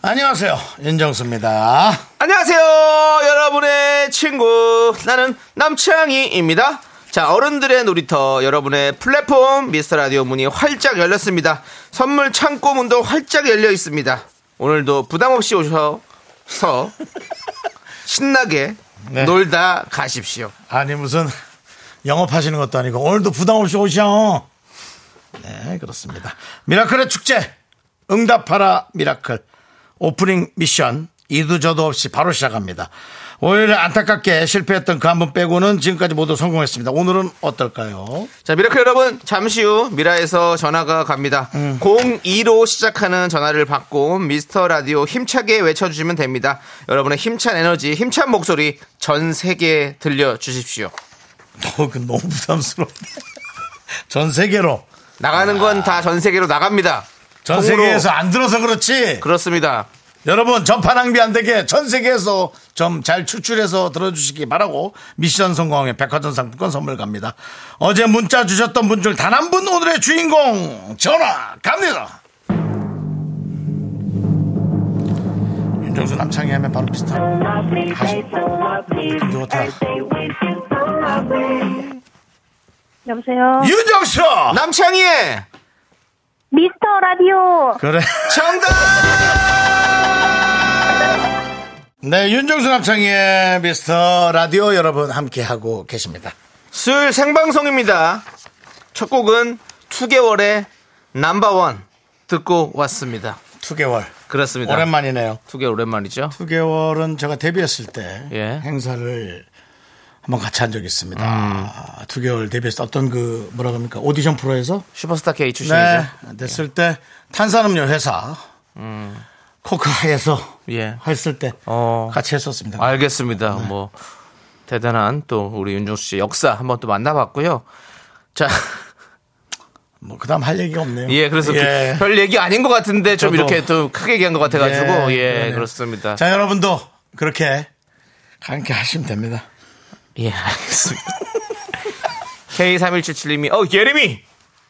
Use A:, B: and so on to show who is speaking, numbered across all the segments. A: 안녕하세요. 윤정수입니다.
B: 안녕하세요, 여러분의 친구. 나는 남창희입니다. 자, 어른들의 놀이터, 여러분의 플랫폼, 미스터 라디오 문이 활짝 열렸습니다. 선물 창고 문도 활짝 열려 있습니다. 오늘도 부담없이 오셔서 신나게
A: 네.
B: 놀다 가십시오.
A: 아니, 무슨 영업하시는 것도 아니고 오늘도 부담 없이 오셔. 네, 그렇습니다. 미라클의 축제. 응답하라 미라클. 오프닝 미션. 이도 저도 없이 바로 시작합니다. 오히려 안타깝게 실패했던 그 한 분 빼고는 지금까지 모두 성공했습니다. 오늘은 어떨까요?
B: 자, 미라클 여러분, 잠시 후 미라에서 전화가 갑니다.
A: 음.
B: 02로 시작하는 전화를 받고 미스터 라디오 힘차게 외쳐주시면 됩니다. 여러분의 힘찬 에너지, 힘찬 목소리 전 세계에 들려주십시오.
A: 어, 그 너무 부담스러운데. 전 세계로.
B: 나가는 건 다 전 세계로 나갑니다.
A: 전
B: 통으로.
A: 세계에서 안 들어서 그렇지.
B: 그렇습니다.
A: 여러분 전파 낭비 안 되게 전 세계에서 좀 잘 추출해서 들어주시기 바라고 미션 성공에 백화점 상품권 선물 갑니다. 어제 문자 주셨던 분 중 단 한 분 오늘의 주인공 전화 갑니다. 윤정수 남창희 하면 바로 비슷한 좋다.
C: 여보세요.
A: 윤정수
B: 남창희의
C: 미스터 라디오.
A: 그래
B: 정답!
A: 네 윤정수 남창희의 미스터 라디오 여러분 함께 하고 계십니다.
B: 수요일 생방송입니다. 첫 곡은 2개월의 넘버원 듣고 왔습니다.
A: 2개월
B: 그렇습니다.
A: 오랜만이네요.
B: 2개월 오랜만이죠?
A: 2개월은 제가 데뷔했을 때
B: 예.
A: 행사를 한번 같이 한 적이 있습니다.
B: 음.
A: 아, 2개월 데뷔했을 때 어떤 그 뭐라 그럽니까 오디션 프로에서
B: 슈퍼스타 K 출신이죠?
A: 네, 됐을 때 탄산음료 회사 코카에서
B: 음. 예.
A: 했을 때
B: 어.
A: 같이 했었습니다.
B: 알겠습니다.
A: 네.
B: 뭐 대단한 또 우리 윤종수 씨 역사 한번 또 만나봤고요. 자,
A: 뭐 그다음 할 얘기가 없네요.
B: 예, 그래서
A: 예.
B: 별 얘기 아닌 것 같은데 좀
A: 저도.
B: 이렇게 또 크게 얘기한 것 같아가지고
A: 예,
B: 예,
A: 그러네요.
B: 그렇습니다.
A: 자 여러분도 그렇게 함께 하시면 됩니다.
B: 예, 알겠습니다. K3177님이, 어, 예림이!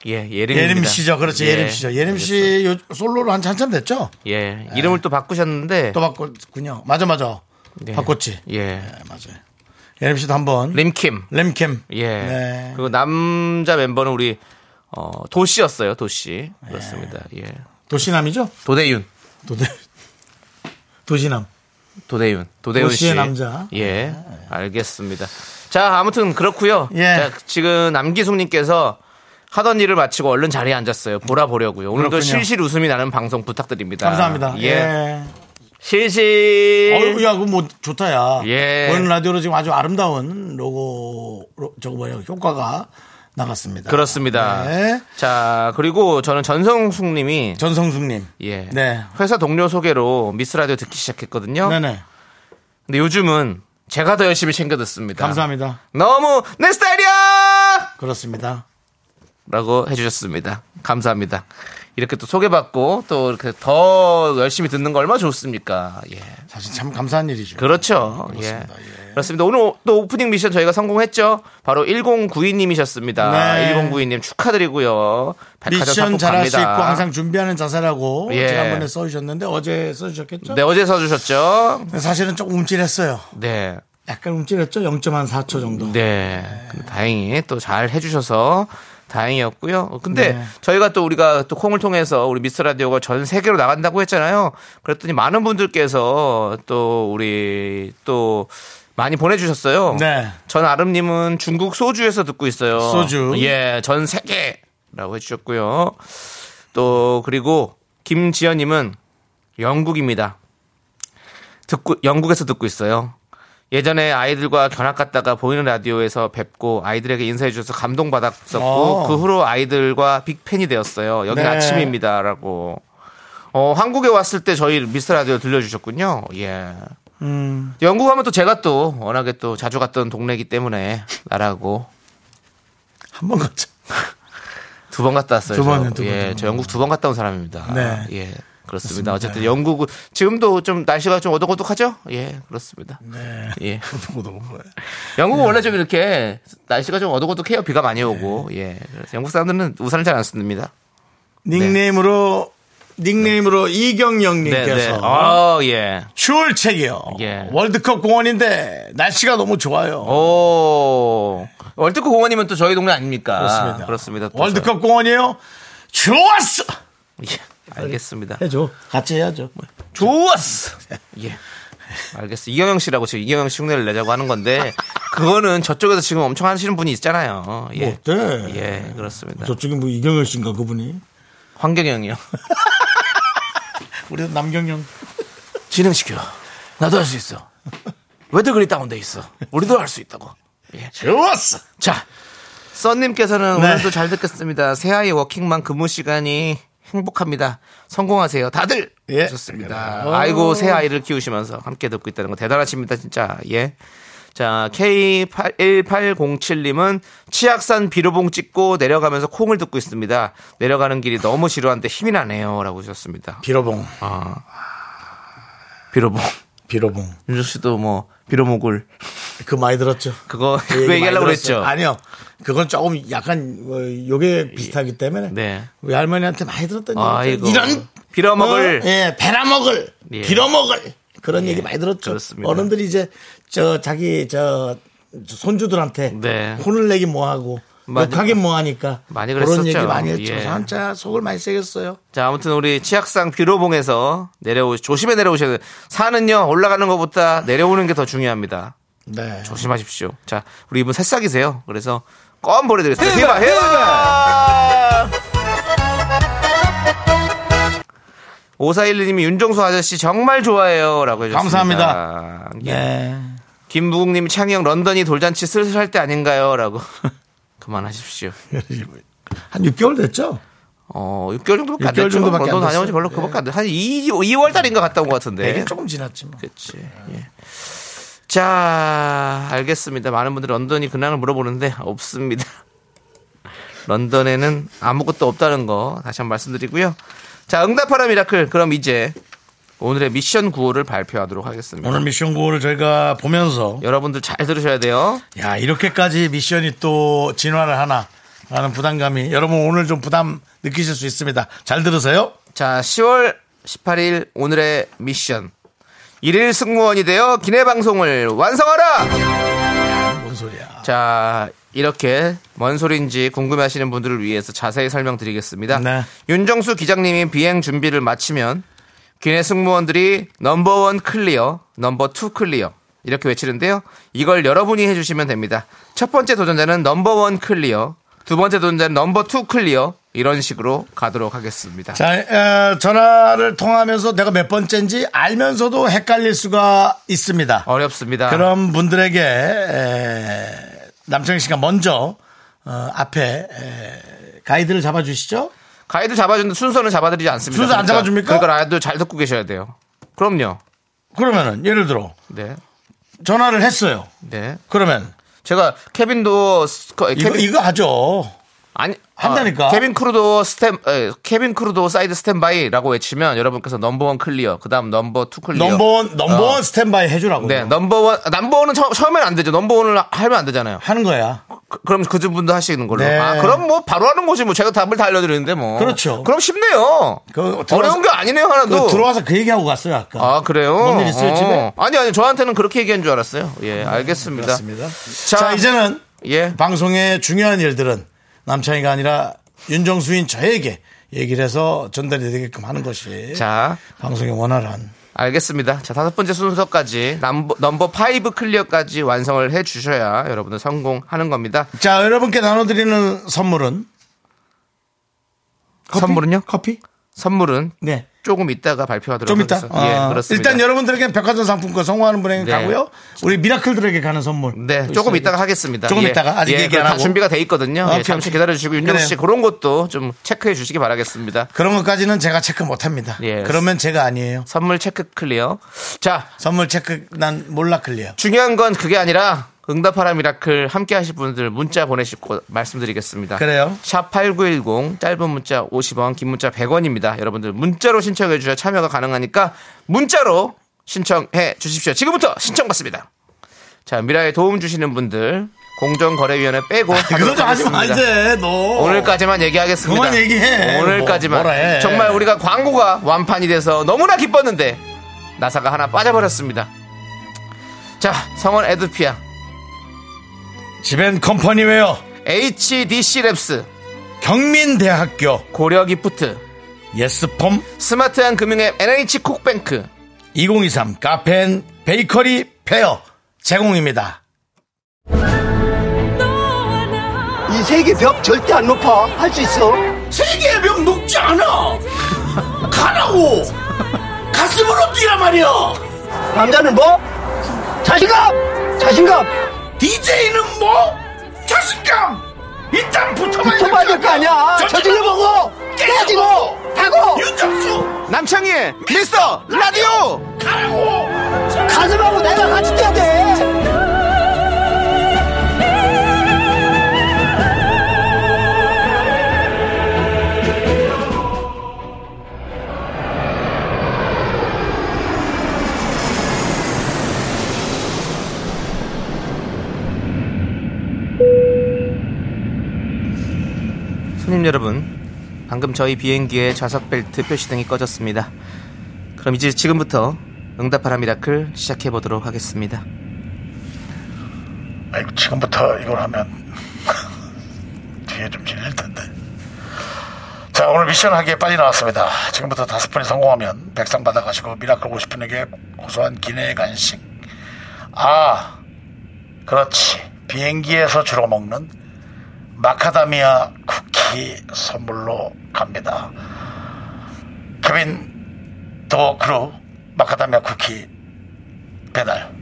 B: 예, 예림입니다.
A: 예림 씨죠, 그렇지
B: 예,
A: 예림 씨죠. 예림 씨 요- 솔로로 한 한참 됐죠?
B: 예, 이름을 또 바꾸셨는데.
A: 또 바꿨군요. 맞아 맞아
B: 예,
A: 바꿨지.
B: 예.
A: 네, 맞아요. 예림 씨도 한번
B: 림킴.
A: 램캠.
B: 예.
A: 네.
B: 그리고 남자 멤버는 우리, 어, 도시였어요, 도시. 그렇습니다. 예.
A: 도시남이죠?
B: 도대윤.
A: 도대 도시남.
B: 도대윤. 도대윤
A: 도시의
B: 씨.
A: 남자. 네.
B: 예. 알겠습니다. 자, 아무튼 그렇고요
A: 예.
B: 자, 지금 남기숙 님께서 하던 일을 마치고 얼른 자리에 앉았어요. 보라 보려고요. 오늘도
A: 그렇군요.
B: 실실 웃음이 나는 방송 부탁드립니다.
A: 감사합니다.
B: 예.
A: 예. 어우,
B: 실실.
A: 야, 그뭐 좋다, 야.
B: 예.
A: 보이는 라디오로 지금 아주 아름다운 로고, 로- 저거 뭐야, 효과가 나갔습니다.
B: 그렇습니다.
A: 네.
B: 자, 그리고 저는 전성숙 님이
A: 전성숙님.
B: 예.
A: 네.
B: 회사 동료 소개로 미스 라디오 듣기 시작했거든요.
A: 네네.
B: 근데 요즘은 제가 더 열심히 챙겨 듣습니다.
A: 감사합니다.
B: 너무 내 스타일이야!
A: 그렇습니다.
B: 라고 해주셨습니다. 감사합니다. 이렇게 또 소개받고 또 이렇게 더 열심히 듣는 거 얼마나 좋습니까? 예.
A: 사실 참 감사한 일이죠.
B: 그렇죠. 예. 그렇습니다. 오늘 오- 또 오프닝 미션 저희가 성공했죠. 바로 1092님이셨습니다.
A: 네.
B: 1092님 축하드리고요. 백화점
A: 미션
B: 상품
A: 잘할 수 있고
B: 갑니다.
A: 항상 준비하는 자세라고
B: 예.
A: 지난번에 써주셨는데 어제 써주셨겠죠?
B: 네, 어제 써주셨죠?
A: 근데 사실은 조금 움찔했어요.
B: 네.
A: 약간 움찔했죠? 0.4초 정도.
B: 네. 근데 다행히 또 잘 해주셔서 다행이었고요. 어, 근데
A: 네.
B: 저희가 또 우리가 또 콩을 통해서 우리 미스 라디오가 전 세계로 나간다고 했잖아요. 그랬더니 많은 분들께서 또 우리 또 많이 보내주셨어요.
A: 네.
B: 전 아름님은 중국 소주에서 듣고 있어요.
A: 소주.
B: 예, 전 세계라고 해주셨고요. 또 그리고 김지연님은 영국입니다. 듣고 영국에서 듣고 있어요. 예전에 아이들과 견학 갔다가 보이는 라디오에서 뵙고 아이들에게 인사해 주셔서 감동받았었고
A: 어.
B: 그 후로 아이들과 빅팬이 되었어요. 여기
A: 네.
B: 아침입니다라고 어, 한국에 왔을 때 저희 미스터 라디오 들려주셨군요. 예.
A: 음.
B: 영국 하면 또 제가 또 워낙에 또 자주 갔던 동네이기 때문에 나라고
A: 한 번 갔죠.
B: 두 번 갔다 왔어요.
A: 두
B: 저.
A: 번이요, 두 번,
B: 예,
A: 두 번.
B: 저 영국 두 번 갔다 온 사람입니다.
A: 네.
B: 예, 그렇습니다. 어쨌든 영국은 지금도 좀 날씨가 좀 어둑어둑하죠? 예, 그렇습니다.
A: 네.
B: 예.
A: 너무 뭐야.
B: 영국은 원래 좀 이렇게 날씨가 좀 어둑어둑해요. 비가
A: 네.
B: 많이 오고. 예. 그래서 영국 사람들은 우산을 잘 안 씁니다.
A: 닉네임으로 닉네임으로
B: 네,
A: 이경영님께서
B: 네. 아, 예.
A: 추울 책이요.
B: 예. 어.
A: 월드컵 공원인데 날씨가 너무 좋아요.
B: 오. 월드컵 공원이면 또 저희 동네 아닙니까?
A: 그렇습니다.
B: 그렇습니다. 또
A: 월드컵 공원이에요. 좋았어.
B: 저- 예. 알겠습니다.
A: 해줘. 같이 해야죠. 뭐.
B: 좋았어. 예. 알겠어. 이경영 씨라고 지금 이경영 씨 흉내를 내자고 하는 건데 그거는 저쪽에서 지금 엄청 하시는 분이 있잖아요. 예.
A: 뭐 어때?
B: 예, 그렇습니다.
A: 저쪽에 뭐 이경영 씨인가 그분이?
B: 환경영이요.
A: 우리 남경영.
B: 진행시켜. 나도 할 수 있어. 왜들 그리 다운돼 있어? 우리도 할 수 있다고. 예.
A: 좋았어.
B: 자, 썬님께서는
A: 네.
B: 오늘도 잘 듣겠습니다. 새아이 워킹맘 근무 시간이 행복합니다. 성공하세요. 다들!
A: 예.
B: 좋습니다. 아이고, 새아이를 키우시면서 함께 듣고 있다는 거 대단하십니다, 진짜. 예. 자, K1807님은 치악산 비료봉 찍고 내려가면서 콩을 듣고 있습니다. 내려가는 길이 너무 지루한데 힘이 나네요. 라고 하셨습니다.
A: 비로봉.
B: 아. 비료봉.
A: 비로봉.
B: 윤정 씨도 뭐, 비료목을.
A: 그 많이 들었죠.
B: 그거,
A: 그 얘기
B: 그거
A: 많이
B: 얘기하려고
A: 들었어요.
B: 그랬죠. 예.
A: 아니요. 그건 조금 약간 어, 요게 비슷하기 때문에
B: 네.
A: 우리 할머니한테 많이 들었던 얘기.
B: 아이고.
A: 뭐, 이런
B: 빌어먹을.
A: 어, 예, 베라먹을.
B: 예.
A: 빌어먹을. 그런 얘기 많이 들었죠.
B: 그렇습니다.
A: 어른들이 이제 저 자기 저 손주들한테
B: 네.
A: 혼을 내기 뭐하고
B: 많이-
A: 욕하긴 뭐하니까
B: 많이
A: 그런
B: 그랬었죠.
A: 얘기 많이 했죠.
B: 예.
A: 진짜 속을 많이 새겼어요.
B: 자, 아무튼 우리 치악산 비로봉에서 내려오 조심해 내려오셔야 돼요. 산은요 올라가는 것보다 내려오는 게 더 중요합니다.
A: 네.
B: 조심하십시오. 자, 우리 이분 새싹이세요. 그래서 껌 보내드리겠습니다. 해봐, 해봐. 5412님이 윤정수 아저씨 정말 좋아해요. 라고 해주셨습니다.
A: 감사합니다.
B: 예.
A: 네.
B: 김부국님이 창영 런던이 돌잔치 슬슬 할 때 아닌가요? 라고. 그만하십시오.
A: 한 6개월 됐죠?
B: 어, 6개월 정도밖에 안
A: 6개월
B: 됐죠.
A: 정도밖에 안
B: 런던
A: 됐어요.
B: 다녀온 지
A: 네.
B: 별로 그밖에 안 돼. 한 2, 2월 달인가 갔다 온 것 같은데.
A: 되게 조금 지났지 뭐.
B: 네. 그치. 예. 자, 알겠습니다. 많은 분들이 런던이 근황을 물어보는데 없습니다. 런던에는 아무것도 없다는 거 다시 한번 말씀드리고요. 자, 응답하라 미라클. 그럼 이제 오늘의 미션 구호를 발표하도록 하겠습니다.
A: 오늘 미션 구호를 저희가 보면서
B: 여러분들 잘 들으셔야 돼요.
A: 야 이렇게까지 미션이 또 진화를 하나라는 부담감이 여러분 오늘 좀 부담 느끼실 수 있습니다. 잘 들으세요.
B: 자, 10월 18일 오늘의 미션. 일일 승무원이 되어 기내 방송을 완성하라!
A: 뭔 소리야?
B: 자 이렇게 뭔 소리인지 궁금해하시는 분들을 위해서 자세히 설명드리겠습니다.
A: 네.
B: 윤정수 기장님이 비행 준비를 마치면 기내 승무원들이 넘버원 클리어, 넘버투 클리어 이렇게 외치는데요. 이걸 여러분이 해주시면 됩니다. 첫 번째 도전자는 넘버원 클리어, 두 번째 도전자는 넘버투 클리어 이런 식으로 가도록 하겠습니다.
A: 자 에, 전화를 통하면서 내가 몇 번째인지 알면서도 헷갈릴 수가 있습니다.
B: 어렵습니다.
A: 그런 분들에게 에, 남창희 씨가 먼저 어, 앞에 에, 가이드를 잡아주시죠.
B: 가이드 잡아주는 순서는 잡아드리지 않습니다.
A: 순서 안 잡아줍니까?
B: 그러니까 라디오 잘 듣고 계셔야 돼요. 그럼요.
A: 그러면은 예를 들어
B: 네,
A: 전화를 했어요.
B: 네.
A: 그러면
B: 제가 케빈도 스- 거-
A: 이거
B: 케빈-
A: 이거 하죠.
B: 아니
A: 한다니까.
B: 아, 케빈 크루도 스탠 에, 케빈 크루도 사이드 스탠바이라고 외치면 여러분께서 넘버원 클리어 그다음 넘버 투 클리어
A: 넘버원 넘버원
B: 어.
A: 스탠바이 해주라고.
B: 네 넘버원 넘버원은 처, 처음엔 안 되죠 넘버원을 하면 안 되잖아요
A: 하는 거야.
B: 그, 그럼 그분도 하시는 걸로
A: 네.
B: 아 그럼 뭐 바로 하는 거지 뭐 제가 답을 다 알려드리는데 뭐
A: 그렇죠.
B: 그럼 쉽네요
A: 그 들어와서-
B: 어려운 게 아니네요 하나도
A: 그 들어와서 그 얘기하고 갔어요 아까.
B: 아 그래요
A: 뭔일 있어요,
B: 어.
A: 집에? 네,
B: 아니 아니 저한테는 그렇게 얘기한 줄 알았어요 예 알겠습니다
A: 그렇습니다.
B: 자,
A: 자, 이제는
B: 예
A: 방송의 중요한 일들은 남창희가 아니라 윤정수인 저에게 얘기를 해서 전달이 되게끔 하는 것이
B: 자
A: 방송의 원활한
B: 알겠습니다. 자, 다섯 번째 순서까지 넘버, 넘버 5 클리어까지 완성을 해 주셔야 여러분들 성공하는 겁니다.
A: 자 여러분께 나눠드리는 선물은
B: 선물은요?
A: 커피?
B: 선물은
A: 네
B: 조금 있다가 발표하도록
A: 좀 이따.
B: 하겠습니다. 예,
A: 어,
B: 그렇습니다.
A: 일단 여러분들에게 백화점 상품권 성공하는 분에게
B: 네.
A: 가고요. 우리 미라클들에게 가는 선물.
B: 네, 조금 이따가 하겠습니다.
A: 조금 이따가? 아직
B: 예,
A: 얘기 안
B: 다
A: 하고? 아,
B: 준비가 돼 있거든요.
A: 오케이,
B: 예, 잠시
A: 오케이.
B: 기다려 주시고 윤정수 씨
A: 그래요.
B: 그런 것도 좀 체크해 주시기 바라겠습니다.
A: 그런 것까지는 제가 체크 못 합니다.
B: 예.
A: 그러면 제가 아니에요.
B: 선물 체크 클리어. 자,
A: 선물 체크 난 몰라 클리어.
B: 중요한 건 그게 아니라 응답하라 미라클 함께 하실 분들 문자 보내시고 말씀드리겠습니다.
A: 그래요.
B: 샵8910 짧은 문자 50원 긴 문자 100원입니다. 여러분들 문자로 신청해 주셔야 참여가 가능하니까 문자로 신청해 주십시오. 지금부터 신청 받습니다. 자, 미라에 도움 주시는 분들 공정거래위원회 빼고
A: 그거 좀
B: 하도록
A: 하지 마
B: 하겠습니다.
A: 이제 너.
B: 오늘까지만 얘기하겠습니다.
A: 그만 얘기해.
B: 오늘까지만.
A: 뭐, 뭐라 해.
B: 정말 우리가 광고가 완판이 돼서 너무나 기뻤는데 나사가 하나 빠져버렸습니다. 자, 성원 에드피아,
A: 집엔 컴퍼니웨어
B: HDC 랩스,
A: 경민대학교
B: 고려 기프트,
A: 예스폼
B: 스마트한 금융앱 NH 콕뱅크,
A: 2023 카페인 베이커리 페어 제공입니다.
D: 이 세계 벽 절대 안 높아. 할 수 있어.
A: 세계의 벽 녹지 않아. 가라고. 가슴으로 뛰라 말이야.
D: 남자는 뭐? 자신감! 자신감!
A: DJ는 뭐? 자신감. 일단 붙어봐야
D: 붙어봐야 될 거 아니야. 저질러보고!
A: 깨지고!
D: 깨지고! 하고!
A: 윤정수
B: 남창희의 미스터 라디오!
A: 가라고.
D: 가슴하고 내가 같이 뛰어야 돼!
B: 손님 여러분, 방금 저희 비행기의 좌석 벨트 표시등이 꺼졌습니다. 그럼 이제 지금부터 응답하라 미라클 시작해 보도록 하겠습니다.
A: 아이고, 지금부터 이걸 하면 뒤에 좀 질릴 텐데. 자, 오늘 미션 하기에 빨리 나왔습니다. 지금부터 다섯 분이 성공하면 백상 받아가시고 미라클 50분에게 고소한 기내의 간식. 아, 그렇지. 비행기에서 주로 먹는 마카다미아 쿠키 선물로 갑니다. 케빈 더 크루 마카다미아 쿠키 배달.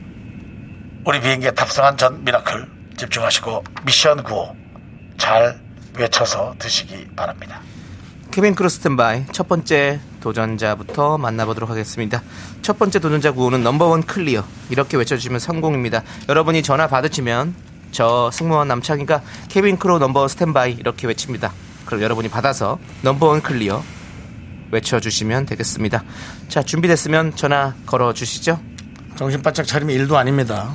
A: 우리 비행기에 탑승한 전 미라클 집중하시고 미션 구호 잘 외쳐서 드시기 바랍니다.
B: 케빈 크루 스탠바이 첫 번째 도전자부터 만나보도록 하겠습니다. 첫 번째 도전자 구호는 넘버원 클리어 이렇게 외쳐주시면 성공입니다. 여러분이 전화 받으시면 저 승무원 남창희가 케빈 크루 넘버원 스탠바이 이렇게 외칩니다. 그럼 여러분이 받아서 넘버원 클리어 외쳐주시면 되겠습니다. 자 준비됐으면 전화 걸어주시죠.
A: 정신 바짝 차리면 일도 아닙니다.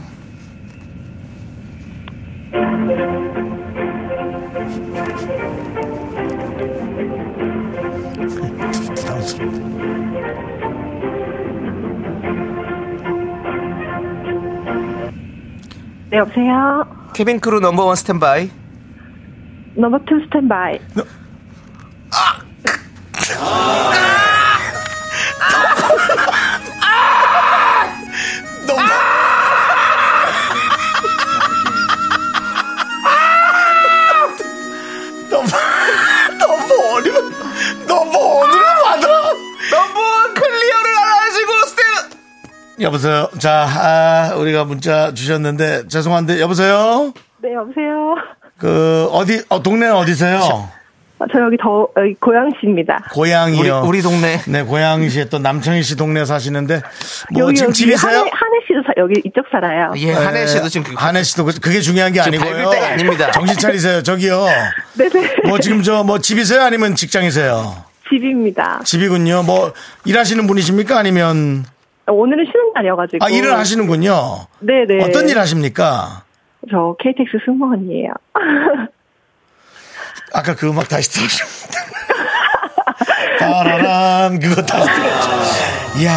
A: 부담스럽다.
C: 네, 여보세요.
B: 케빈 크루 넘버원 스탠바이
C: 넘버 투 스탠바이.
A: 너무 너무 어려워. 너무 어려워 받아.
B: 넘버원 클리어를 안 하시고 스탠
A: 여보세요. 자, 아, 우리가 문자 주셨는데 죄송한데 여보세요.
C: 네, 여보세요.
A: 그 어디 어, 동네는 어디세요?
C: 아, 저 여기 더, 여기 고양시입니다.
A: 어,
B: 우리,
A: 고양이요.
B: 우리 동네
A: 네, 고양시에 또 남창희 씨 동네 사시는데 뭐
C: 여기,
A: 지금 집이세요? 어.
C: 한해, 한해 씨도 사, 여기 이쪽 살아요.
A: 네.
B: 예 한혜 씨도 지금 그
A: 한혜 씨도 그- 그게 중요한 게
B: 지금
A: 아니고요.
B: 밟을 때가 아닙니다.
A: 정신 차리세요. 저기요.
C: 네네.
A: 뭐 지금 저 뭐 집이세요? 아니면 직장이세요?
C: 집입니다.
A: 집이군요. 뭐 일하시는 분이십니까? 아니면
C: 오늘은 쉬는 날이어가지고.
B: 뭐
A: 아 일을 하시는군요.
C: 네네.
A: 어떤 일 하십니까?
C: 저 KTX 승무원이에요.
A: 아까 그 음악 다시 들으시면 따라란 그거 다시 들었죠. 이야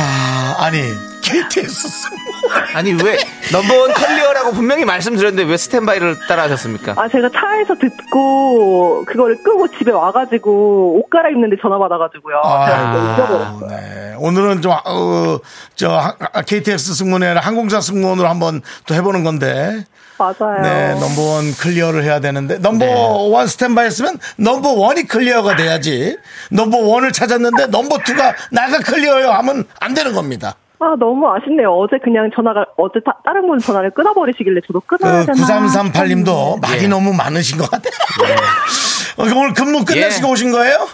A: 아니 KTS 승무원
B: 아니 왜 넘버원 클리어라고 분명히 말씀드렸는데 왜 스탠바이를 따라하셨습니까?
C: 아, 제가 차에서 듣고, 그거를 끄고 집에 와가지고, 옷 갈아입는데 전화 받아가지고요. 제가 그걸 잊어버렸어요.
A: 아이고, 네. 오늘은 좀, 아, 어, 저, 하- KTX 승무원이 아니라 항공사 승무원으로 한번 또 해보는 건데.
C: 맞아요.
A: 네, 넘버원 클리어를 해야 되는데
B: 네.
A: 넘버원 스탠바이 했으면 넘버원이 클리어가 돼야지 넘버원을 찾았는데 넘버투가 나가 클리어요 하면 안 되는 겁니다.
C: 아, 너무 아쉽네요. 어제 그냥 전화가, 어제 다, 다른 분 전화를 끊어버리시길래 저도 끊어야
A: 그
C: 되나.
A: 9338님도 말이
B: 예. 네.
A: 너무 많으신 것 같아요. 어, 오늘 근무 끝내시고
B: 예.
A: 오신 거예요?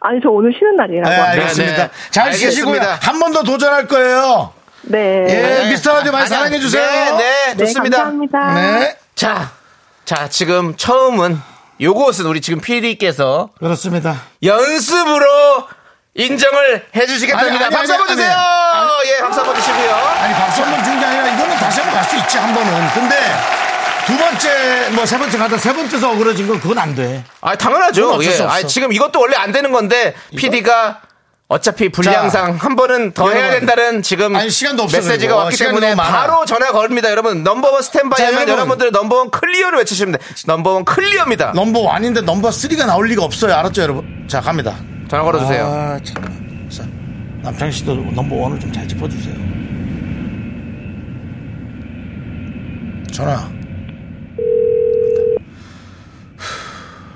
C: 아니, 저 오늘 쉬는 날이라고.
A: 네,
C: 합니다.
A: 알겠습니다.
B: 네, 네.
A: 잘
B: 알겠습니다.
A: 쉬시고요. 한 번 더 도전할 거예요.
C: 네.
A: 예,
C: 네,
A: 미스터 라디오 많이
B: 아니야.
A: 사랑해주세요.
B: 네, 네, 좋습니다.
C: 감사합니다.
A: 네,
B: 자, 자, 지금 처음은 요것은 우리 지금 PD께서
A: 그렇습니다.
B: 연습으로 인정을
A: 아니,
B: 해주시겠답니다.
A: 아니,
B: 박수
A: 아니,
B: 한번
A: 아니.
B: 주세요. 예, 박수 한번 주시고요.
A: 아니 박수 한번 준 게 아니라 이거는 다시 한번 갈 수 있지 한 번은 근데 두 번째 뭐 세 번째 가다 세 번째서 어그러진 건 그건 안돼
B: 아,
A: 그건
B: 당연하죠.
A: 어쩔 수
B: 예, 아,
A: 없어.
B: 지금 이것도 원래 안 되는 건데 PD가 어차피 분량상 한 번은 더 해야
A: 여러분.
B: 된다는 지금
A: 아니, 시간도 없어요,
B: 메시지가
A: 그리고.
B: 왔기
A: 시간이
B: 때문에
A: 너무 많아요.
B: 바로 전화 걸립니다. 여러분 넘버원 스탠바이
A: 자,
B: 하면
A: 여러분.
B: 여러분들의 넘버원 클리어를 외치시면 돼. 넘버원 클리어입니다.
A: 넘버 1인데 넘버 3가 나올 리가 없어요 알았죠 여러분 자 갑니다
B: 전화 걸어주세요.
A: 아 잠깐 자, 남창 씨도 넘버 1을 좀 잘 짚어주세요 전화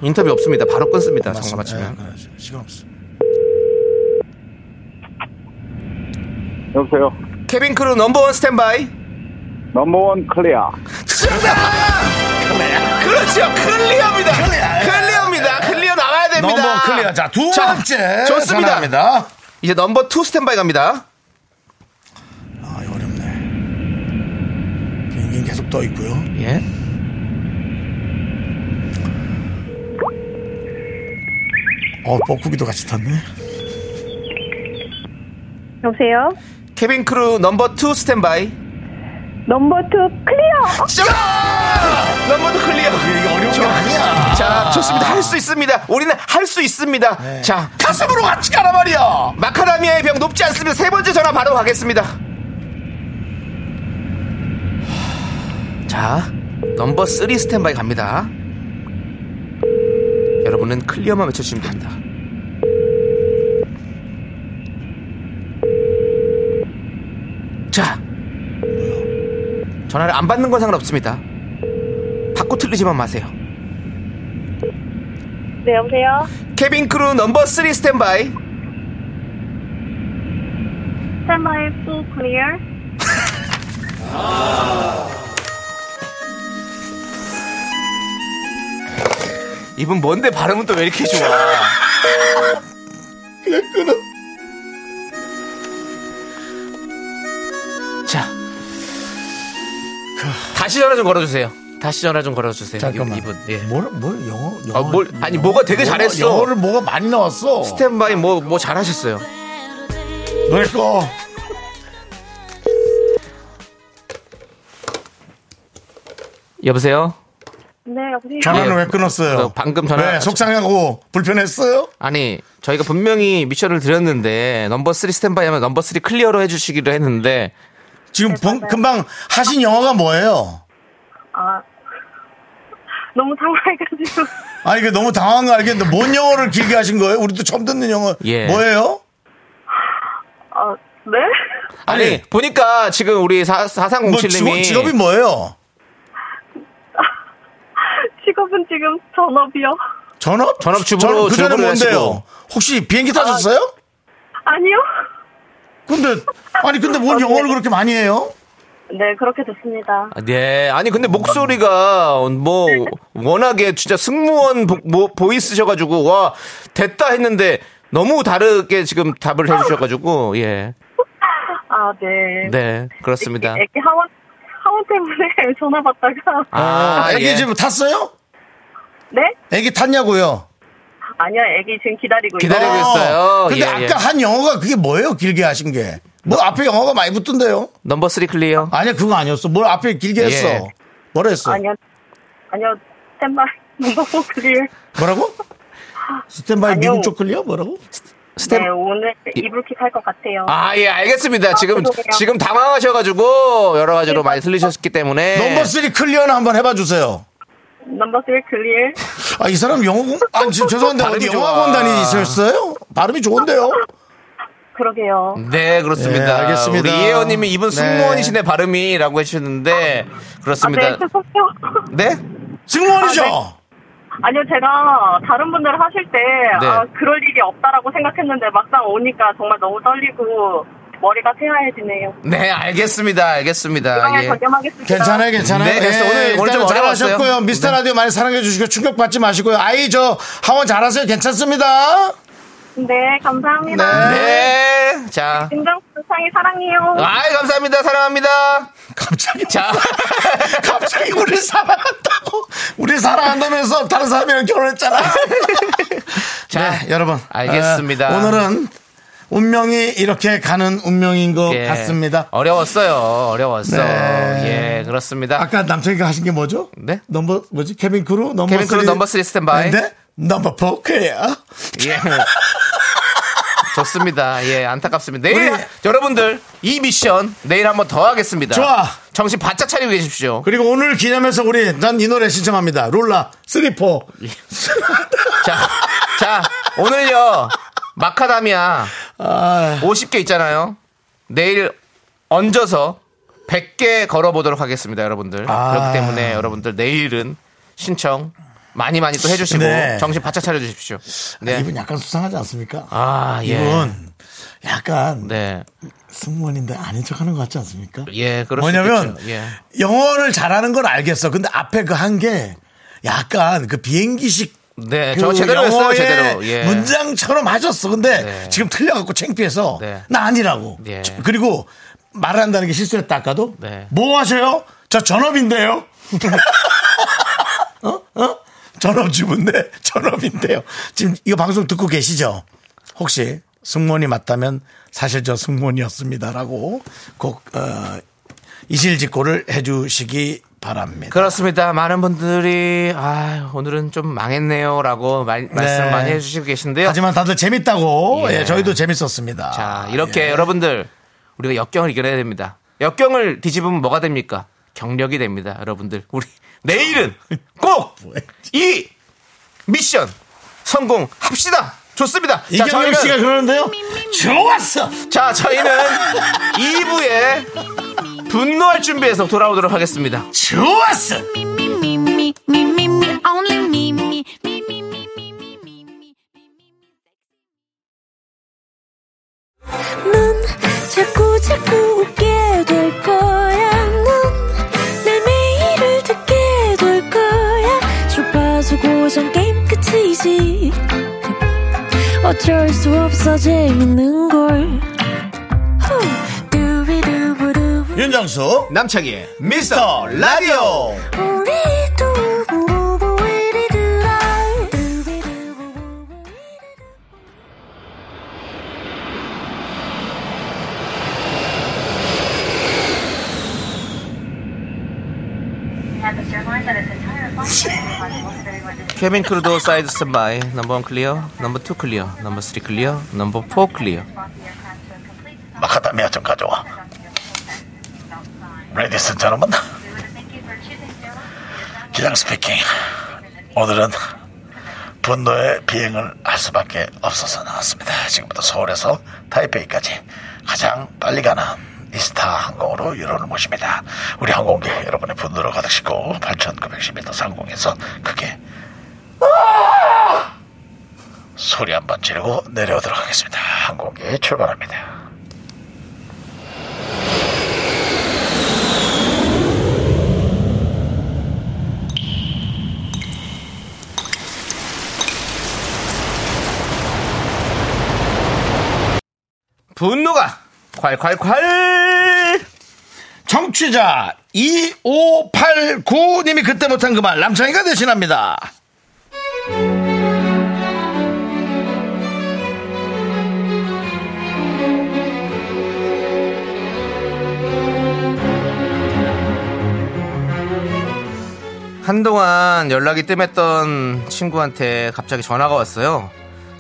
B: 인터뷰 없습니다. 바로 끊습니다. 정말
A: 맞습니다.
B: 맞추면.
A: 예, 그래, 시간 없어
E: 여보세요.
B: 케빈 크루 넘버원 스탠바이.
E: 넘버원 클리어.
B: 그렇죠. 클리어입니다. 클리어. 입니다 클리어 나가야 됩니다.
A: 넘버 클리어 자두
B: 자,
A: 번째
B: 좋습니다.
A: 전화입니다
B: 이제 넘버 투 스탠바이 갑니다.
A: 아 이거 어렵네 비행기는 계속 떠 있고요
B: 예.
A: 어 뻐꾸기도 같이 탔네
C: 여보세요?
B: 케빈 크루 넘버 투 스탠바이.
C: 넘버 투 클리어!
B: 자! 넘버 투 클리어.
A: 이게 어려운 게 아니야
B: 자, 좋습니다. 할 수 있습니다. 우리는 할 수 있습니다.
A: 네.
B: 자,
A: 가슴으로 같이 가라 말이야.
B: 마카다미아의 병 높지 않습니다. 세 번째 전화 바로 가겠습니다. 자, 넘버 3 스탠바이 갑니다. 여러분은 클리어만 외쳐주시면 됩니다. 자, 전화를 안 받는 건 상관없습니다. 받고 틀리지만 마세요.
C: 네, 여보세요?
B: 케빈 크루 넘버 3 스탠바이.
C: 스탠바이 풀 클리어?
B: 이분 뭔데 발음은 또 왜 이렇게 좋아? 자, 다시 전화 좀 걸어주세요. 다시 전화 좀 걸어주세요.
A: 잠깐만.
B: 이분, 이분, 예.
A: 뭘, 뭘 영어, 영어.
B: 아, 뭘, 아니, 뭐가 되게 잘했어.
A: 영어를 뭐가 많이 나왔어.
B: 스탠바이 뭐, 뭐 잘하셨어요.
A: 노래 꺼.
B: 여보세요?
C: 네, 여보세요?
A: 전화는
B: 예.
A: 왜 끊었어요?
B: 그 방금 전화-
A: 왜 속상하고 불편했어요?
B: 아니, 저희가 분명히 미션을 드렸는데, 넘버 3 스탠바이 하면 넘버 3 클리어로 해주시기로 했는데,
A: 지금 번- 금방 하신 영어가 뭐예요?
C: 아, 너무 당황해가지고.
A: 아니, 이게 너무 당황한 거 알겠는데, 뭔 영어를 길게 하신 거예요? 우리도 처음 듣는 영어.
B: 예.
A: 뭐예요?
C: 아, 네?
B: 아니,
A: 아니,
B: 보니까 지금 우리 사, 4307님이.
A: 뭐 직업, 직업이 뭐예요?
C: 직업은 지금 전업이요.
A: 전업?
B: 전업주부로
A: 그 전에
B: 주부를
A: 뭔데요?
B: 하시고.
A: 혹시 비행기 타셨어요?
C: 아, 아니요?
A: 근데, 아니, 근데 뭔 영어를 그렇게 많이 해요?
C: 네, 그렇게 됐습니다.
B: 아, 네. 아니 근데 목소리가 뭐 워낙에 진짜 승무원 보, 이스셔 가지고 와 됐다 했는데 너무 다르게 지금 답을 해 주셔 가지고 예.
C: 아, 네.
B: 네. 그렇습니다.
C: 애기 하원, 하원 때문에 전화 받다가.
B: 아,
A: 애기
B: 예.
A: 지금 탔어요?
C: 네?
A: 애기 탔냐고요?
C: 아니요, 애기 지금 기다리고 있어요.
B: 기다리고 있어요.
A: 근데
B: 예,
A: 아까
B: 예.
A: 한 영어가 그게 뭐예요? 길게 하신 게. 뭐 앞에 영어가 많이 붙던데요?
B: 넘버 3 클리어.
A: 아니야, 그거 아니었어. 뭘 앞에 길게 했어.
B: 예.
A: 뭐라 했어?
C: 아니요, 아니요, 스탠바이. 너무 클리어.
A: 뭐라고? 스탠바이
C: 아니요.
A: 미국 쪽 클리어? 뭐라고?
B: 스텝
C: 네, 오늘 이불킥 할 것 같아요.
B: 아, 예, 알겠습니다. 지금,
A: 아,
C: 죄송해요.
B: 지금 당황하셔가지고, 여러 가지로 많이 틀리셨기 때문에.
A: 넘버 쓰리 클리어나 한번 해봐 주세요.
C: 넘버 3 클리어.
A: 아, 이 사람 영어 공, 아, 지금 죄송한데
B: 발음이
A: 어디
B: 좋아.
C: 아,
A: 영어학원 다니셨어요? 발음이 좋은데요?
C: 그러게요.
B: 네, 그렇습니다.
A: 예, 알겠습니다.
B: 우리 예원님이 이분
A: 네. 아,
B: 승무원이시네 발음이라고 해주셨는데 그렇습니다.
C: 아, 네, 죄송해요.
B: 네?
A: 승무원이죠?
C: 아니요, 제가 다른 분들 하실 때,
B: 네.
C: 아, 그럴 일이 없다라고 생각했는데, 막상 오니까 정말 너무 떨리고, 머리가 새하얘지네요.
B: 네, 알겠습니다. 알겠습니다.
C: 그냥
B: 예.
C: 전념하겠습니다.
A: 괜찮아요, 괜찮아요. 예,
B: 네, 그래서 오늘- 오늘
A: 일단은
B: 좀 어려웠어요. 네.
A: 잘하셨고요. 미스터 라디오 많이 사랑해 주시고 충격받지 마시고요. 아이 저 하원 잘하세요. 괜찮습니다.
C: 네, 감사합니다.
B: 네. 자.
C: 김장 상이 사랑해요.
B: 아이, 감사합니다. 사랑합니다.
A: 갑자기
B: 자.
A: 갑자기 우리 사랑한다고 우리 사랑한다면서 다른 사람이랑 결혼했잖아.
B: 자,
A: 네, 여러분
B: 알겠습니다.
A: 어, 오늘은 운명이 이렇게 가는 운명인 것
B: 예.
A: 같습니다.
B: 어려웠어요. 어려웠어.
A: 어, 네.
B: 예, 그렇습니다.
A: 아까 남창이가 하신 게 뭐죠?
B: 네?
A: 넘버 뭐지? 케빈 크루 넘버
B: 케빈 크루
A: 쓰리-
B: 넘버 쓰리 스탠바이.
A: 네? 넘버 포 크야.
B: 예. 좋습니다. 예, 안타깝습니다. 내일
A: 우리-
B: 여러분들 이 미션 내일 한번 더 하겠습니다.
A: 좋아.
B: 정신 바짝 차리고 계십시오.
A: 그리고 오늘 기념해서 우리 난 이 노래 신청합니다. 룰라 쓰리 포.
B: 자, 자, 오늘요. 마카다미아
A: 아,
B: 50개 있잖아요. 내일 얹어서 100개 걸어보도록 하겠습니다, 여러분들.
A: 아.
B: 그렇기 때문에 여러분들 내일은 신청 많이 많이 또 해주시고
A: 네. 아,
B: 정신 바짝 차려주십시오. 네.
A: 이분 약간 수상하지 않습니까?
B: 아, 예.
A: 이분 약간
B: 네.
A: 승무원인데 아닌 척하는 것 같지 않습니까?
B: 예, 그렇습니다.
A: 뭐냐면
B: 예.
A: 영어를 잘하는 건 알겠어. 근데 앞에 그 한 게 약간 그 비행기식
B: 네,
A: 그
B: 저 제대로 했어요,
A: 영어의
B: 제대로. 예.
A: 문장처럼 하셨어. 근데
B: 네.
A: 지금 틀려갖고 창피해서
B: 네.
A: 나 아니라고.
B: 예.
A: 저- 그리고 말한다는 게 실수했다 아까도.
B: 네.
A: 뭐 하세요? 저 전업인데요. 어? 어? 전업주부인데 전업인데요. 지금 이거 방송 듣고 계시죠? 혹시 승무원이 맞다면 사실 저 승무원이었습니다라고 꼭 어, 이실직고를 해주시기 바랍니다.
B: 그렇습니다. 많은 분들이 아 오늘은 좀 망했네요라고 말, 말씀 많이 해주시고 계신데요.
A: 하지만 다들 재밌다고
B: 예.
A: 예, 저희도 재밌었습니다.
B: 자 이렇게
A: 예.
B: 여러분들 우리가 역경을 이겨내야 됩니다. 역경을 뒤집으면 뭐가 됩니까? 경력이 됩니다, 여러분들. 우리 내일은 꼭 이 미션 성공합시다. 좋습니다. 자,
A: 이경영
B: 저희는-
A: 씨가 그러는데요. 좋았어.
B: 자 저희는 2부에 분노할 준비해서 돌아오도록 하겠습니다.
A: 좋았어.
F: me, me, me, me, me, only me, me, me, me, me, me, me, me, me.
G: 넌 자꾸 자꾸 웃게 될 거야. 넌내 매일을 듣게 될 거야. 주파수 고정 게임 끝이지. 어쩔 수 없어 재밌는 걸. 후. 두비두부두.
A: 윤정수
B: 남창희의 미스터 라디오.
G: 우리 두부부부 우리 두라. 두비두부부부 우리 두라.
B: 케빈 크루도 사이드 스탠바이 넘버 1 클리어 넘버 2 클리어 넘버 3 클리어 넘버 4 클리어
A: 마카다미아 좀 가져와. 레디슨 저놈은 기장 스피킹. 오늘은 분노의 비행을 할 수밖에 없어서 나왔습니다. 지금부터 서울에서 타이페이까지 가장 빨리 가는 이스타 항공으로 여러분을 모십니다. 우리 항공기 여러분의 분노를 가득 싣고 8,910m 상공에서 크게 아! 소리 한번 지르고 내려오도록 하겠습니다. 항공기 예, 출발합니다.
B: 분노가 콸콸콸
A: 정취자 2589님이 그때 못한 그 말 남창희가 대신합니다.
B: 한동안 연락이 뜸했던 친구한테 갑자기 전화가 왔어요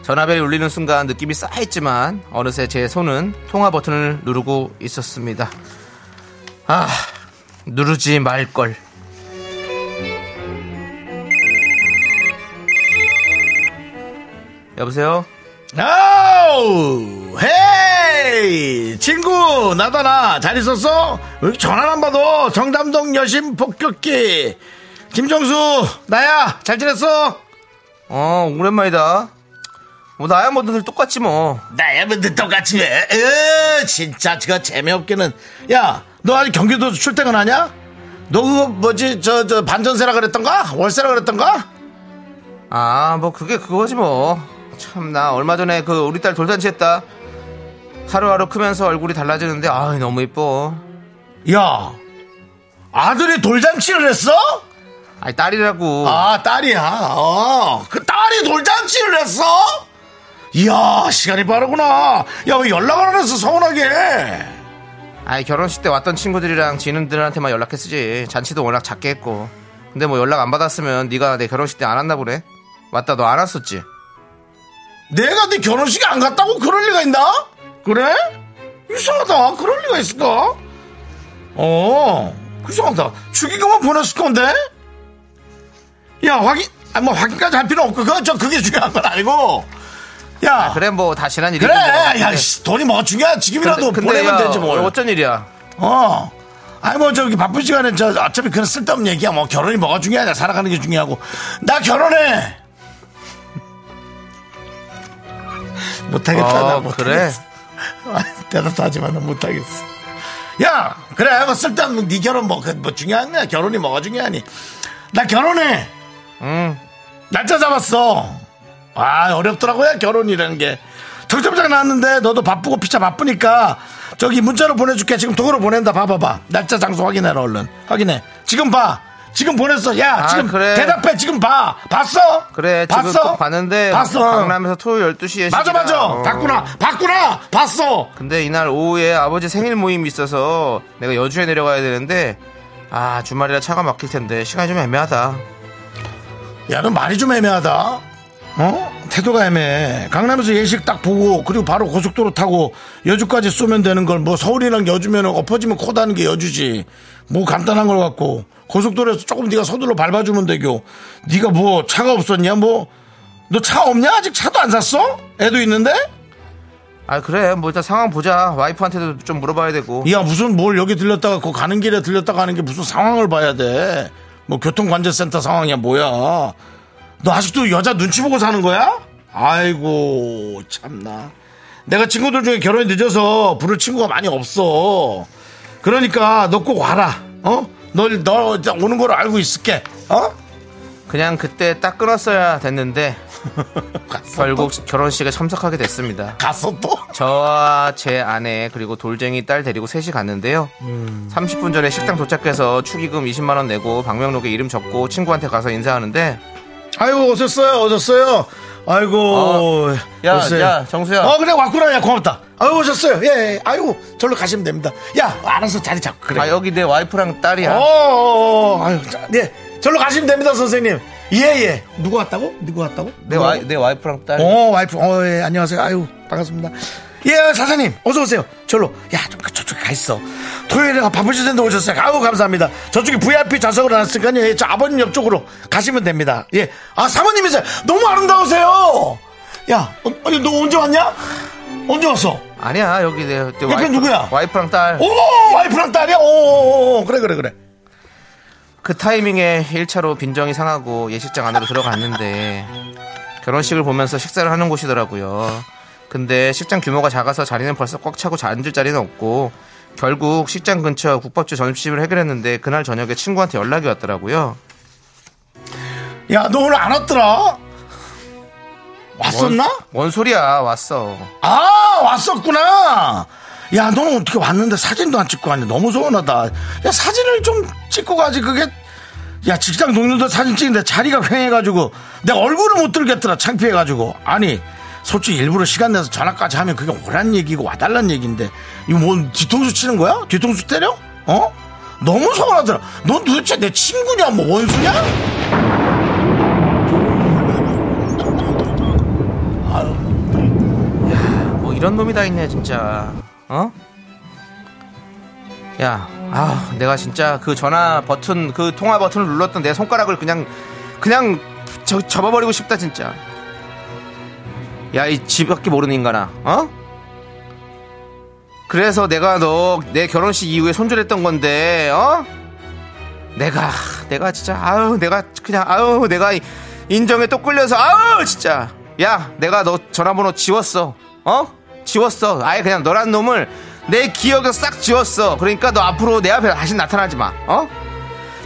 B: 전화벨이 울리는 순간 느낌이 싸했지만 어느새 제 손은 통화 버튼을 누르고 있었습니다 아 누르지 말걸 여보세요
A: 아우 헤이 오케이 친구 나다 나잘 있었어? 왜 이렇게 전화를 안 받아 정담동 여심 폭격기 김정수 나야 잘 지냈어?
B: 어, 오랜만이다. 뭐, 나야 뭐 늘 똑같지 뭐.
A: 나야 근데 똑같이 해 으, 진짜 그거 재미없기는 야 너 아직 경기도 출퇴근 하냐? 너 그거 뭐지 저 저 반전세라 그랬던가? 월세라 그랬던가?
B: 아, 뭐, 그게 그거지 뭐. 참, 나 얼마 전에 그 우리 딸 돌잔치 했다. 하루하루 크면서 얼굴이 달라지는데, 아 너무 이뻐.
A: 야 아들이 돌잔치를 했어?
B: 아니, 딸이라고.
A: 아 딸이야 어, 그 딸이 돌잔치를 했어? 이야 시간이 빠르구나 야 왜 연락을 안 했어 서운하게
B: 아이 결혼식 때 왔던 친구들이랑 지인들한테만 연락했지 잔치도 워낙 작게 했고 근데 뭐 연락 안 받았으면 네가 내 결혼식 때 안 왔나 보네 맞다 너 안 왔었지
A: 내가 네 결혼식에 안 갔다고 그럴 리가 있나? 그래? 이상하다. 그럴 리가 있을까? 어, 이상하다. 축의금만 보냈을 건데? 야, 확인, 아, 뭐, 확인까지 할 필요 없고, 그건 저 그게 중요한 건 아니고. 야, 그래.
B: 그래 뭐 다시란 일이
A: 야, 씨, 돈이 뭐 중요해. 지금이라도 보내면 되지 뭘.
B: 어쩐 일이야
A: 어. 아니 뭐 저기 바쁜 시간에 저 어차피 그런 쓸데없는 얘기야 뭐 결혼이 뭐가 중요하냐 살아가는 게 중요하고 나 결혼해 못하겠다 나
B: 어
A: 못하겠어
B: 그래
A: 아니, 대답도 하지만 난 못하겠어 야 그래 뭐 쓸데없는 네 결혼 뭐, 그, 뭐 중요하냐 결혼이 뭐가 중요하니 나 결혼해
B: 응
A: 날짜 잡았어 아 어렵더라고요 결혼이라는 게 정점장 나왔는데 너도 바쁘고 피차 바쁘니까 저기 문자로 보내줄게 지금 통으로 보낸다 봐봐봐 날짜 장소 확인해라 얼른 확인해 지금 봐 지금 보냈어 야
B: 아,
A: 지금
B: 그래.
A: 대답해 지금 봐 봤어
B: 그래 지금
A: 봤어
B: 꼭 봤는데 뭐
A: 봤어
B: 강남에서 토요일 12시에 어.
A: 맞아 맞아 봤구나 봤구나 봤어
B: 근데 이날 오후에 아버지 생일 모임이 있어서 내가 여주에 내려가야 되는데 아 주말이라 차가 막힐 텐데 시간이 좀 애매하다
A: 야, 너 말이 좀 애매하다. 어? 태도가 애매해. 강남에서 예식 딱 보고, 그리고 바로 고속도로 타고, 여주까지 쏘면 되는 걸, 뭐, 서울이랑 여주면 엎어지면 코다는 게 여주지. 뭐, 간단한 걸 갖고, 고속도로에서 조금 네가 서둘러 밟아주면 되고, 네가 뭐, 차가 없었냐? 뭐, 너 차 없냐? 아직 차도 안 샀어? 애도 있는데?
B: 아 그래 뭐 일단 상황 보자 와이프한테도 좀 물어봐야 되고
A: 야, 무슨 뭘 여기 들렸다가, 그 가는 길에 들렸다가 하는 게 무슨 상황을 봐야 돼. 뭐, 교통관제센터 상황이야, 뭐야. 너 아직도 여자 눈치 보고 사는 거야? 아이고, 참나. 내가 친구들 중에 결혼이 늦어서 부를 친구가 많이 없어. 그러니까 너 꼭 와라. 어? 널, 너 오는 걸 알고 있을게. 어?
B: 그냥 그때 딱 끊었어야 됐는데
A: 갔어,
B: 결국 결혼식에 참석하게 됐습니다
A: 갔어 또?
B: 저와 제 아내 그리고 돌쟁이 딸 데리고 셋이 갔는데요
A: 음.
B: 30분 전에 식당 도착해서 축의금 20만원 내고 방명록에 이름 적고 친구한테 가서 인사하는데
A: 아이고, 오셨어요, 오셨어요. 아이고.
B: 야,
A: 오셨어요.
B: 야, 정수야.
A: 어, 그래, 왔구나. 야, 고맙다. 아이고, 오셨어요. 예, 예. 아이고, 절로 가시면 됩니다. 야, 알아서 자리 잡고 그래.
B: 아 여기 내 와이프랑 딸이야
A: 어, 어, 어, 아유, 자, 예. 절로 가시면 됩니다, 선생님. 예, 예. 누구 왔다고? 누구 왔다고?
B: 내, 네, 와, 내 와이프랑 딸
A: 뭐? 어, 와이프. 어, 예, 안녕하세요. 아유, 반갑습니다. 예, 사장님, 어서오세요. 절로. 야, 좀 그- 저쪽에 가있어. 토요일에 바쁘실 텐데 오셨어요. 아유, 감사합니다. 저쪽에 VIP 좌석을 놨으니까요. 예, 저 아버님 옆쪽으로 가시면 됩니다. 예. 아, 사모님이세요. 너무 아름다우세요. 야, 어, 아니, 너 언제 왔냐? 언제 왔어?
B: 아니야 여기 내, 내
A: 옆에 누구야? 어?
B: 와이프랑 딸
A: 오,
B: 그
A: 와이프랑 딸이야? 오, 오, 오, 그래, 그래, 그래.
B: 그 타이밍에 1차로 빈정이 상하고 예식장 안으로 들어갔는데 결혼식을 보면서 식사를 하는 곳이더라고요. 근데 식장 규모가 작아서 자리는 벌써 꽉 차고 자- 앉을 자리는 없고 결국 식장 근처 국밥집 점심을 해결했는데 그날 저녁에 친구한테 연락이 왔더라고요.
A: 야, 너 오늘 안 왔더라? 왔었나?
B: 뭔, 뭔 소리야 왔어.
A: 아 왔었구나 야 너는 어떻게 왔는데 사진도 안 찍고 왔냐 너무 서운하다 야 사진을 좀 찍고 가지 그게 야 직장 동료들 사진 찍는데 자리가 휑해가지고 내 얼굴을 못 들겠더라 창피해가지고 아니 솔직히 일부러 시간 내서 전화까지 하면 그게 오란 얘기고 와달란 얘기인데 이거 뭔 뒤통수 치는 거야? 뒤통수 때려? 어? 너무 서운하더라 넌 도대체 내 친구냐 뭐 원수냐?
B: 뭐 이런 놈이 다 있네 진짜. 어? 야, 아, 내가 진짜 그 전화 버튼, 그 통화 버튼을 눌렀던 내 손가락을 그냥, 그냥 저, 접어버리고 싶다 진짜. 야, 이 집밖에 모르는 인간아, 어? 그래서 내가 너 내 결혼식 이후에 손절했던 건데 어? 내가 내가 진짜 아유 내가 그냥 아유 내가 이- 인정에 또 끌려서 아유 진짜 야 내가 너 전화번호 지웠어 어? 지웠어 아예 그냥 너란 놈을 내 기억에 싹 지웠어 그러니까 너 앞으로 내 앞에 다시 나타나지 마 어?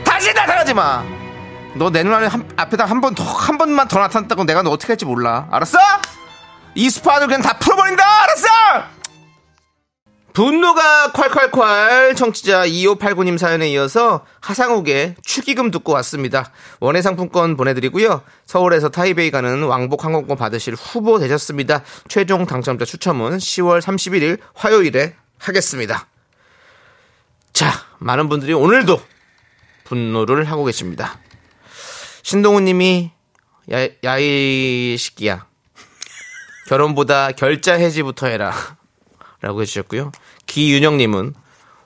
B: 다시 나타나지 마너 내눈 한, 앞에다 한 번 더 한 번만 더 나타났다고 내가 너 어떻게 할지 몰라 알았어? 이 스파도 그냥 다 풀어버린다 알았어? 분노가 콸콸콸 청취자 2589님 사연에 이어서 하상욱의 축의금 듣고 왔습니다. 원예 상품권 보내드리고요. 서울에서 타이베이 가는 왕복 항공권 받으실 후보 되셨습니다. 최종 당첨자 추첨은 10월 31일 화요일에 하겠습니다. 자, 많은 분들이 오늘도 분노를 하고 계십니다. 신동우 님이 야, 야이 시끼야. 결혼보다 결자 해지부터 해라. 라고 해주셨고요. 기윤영님은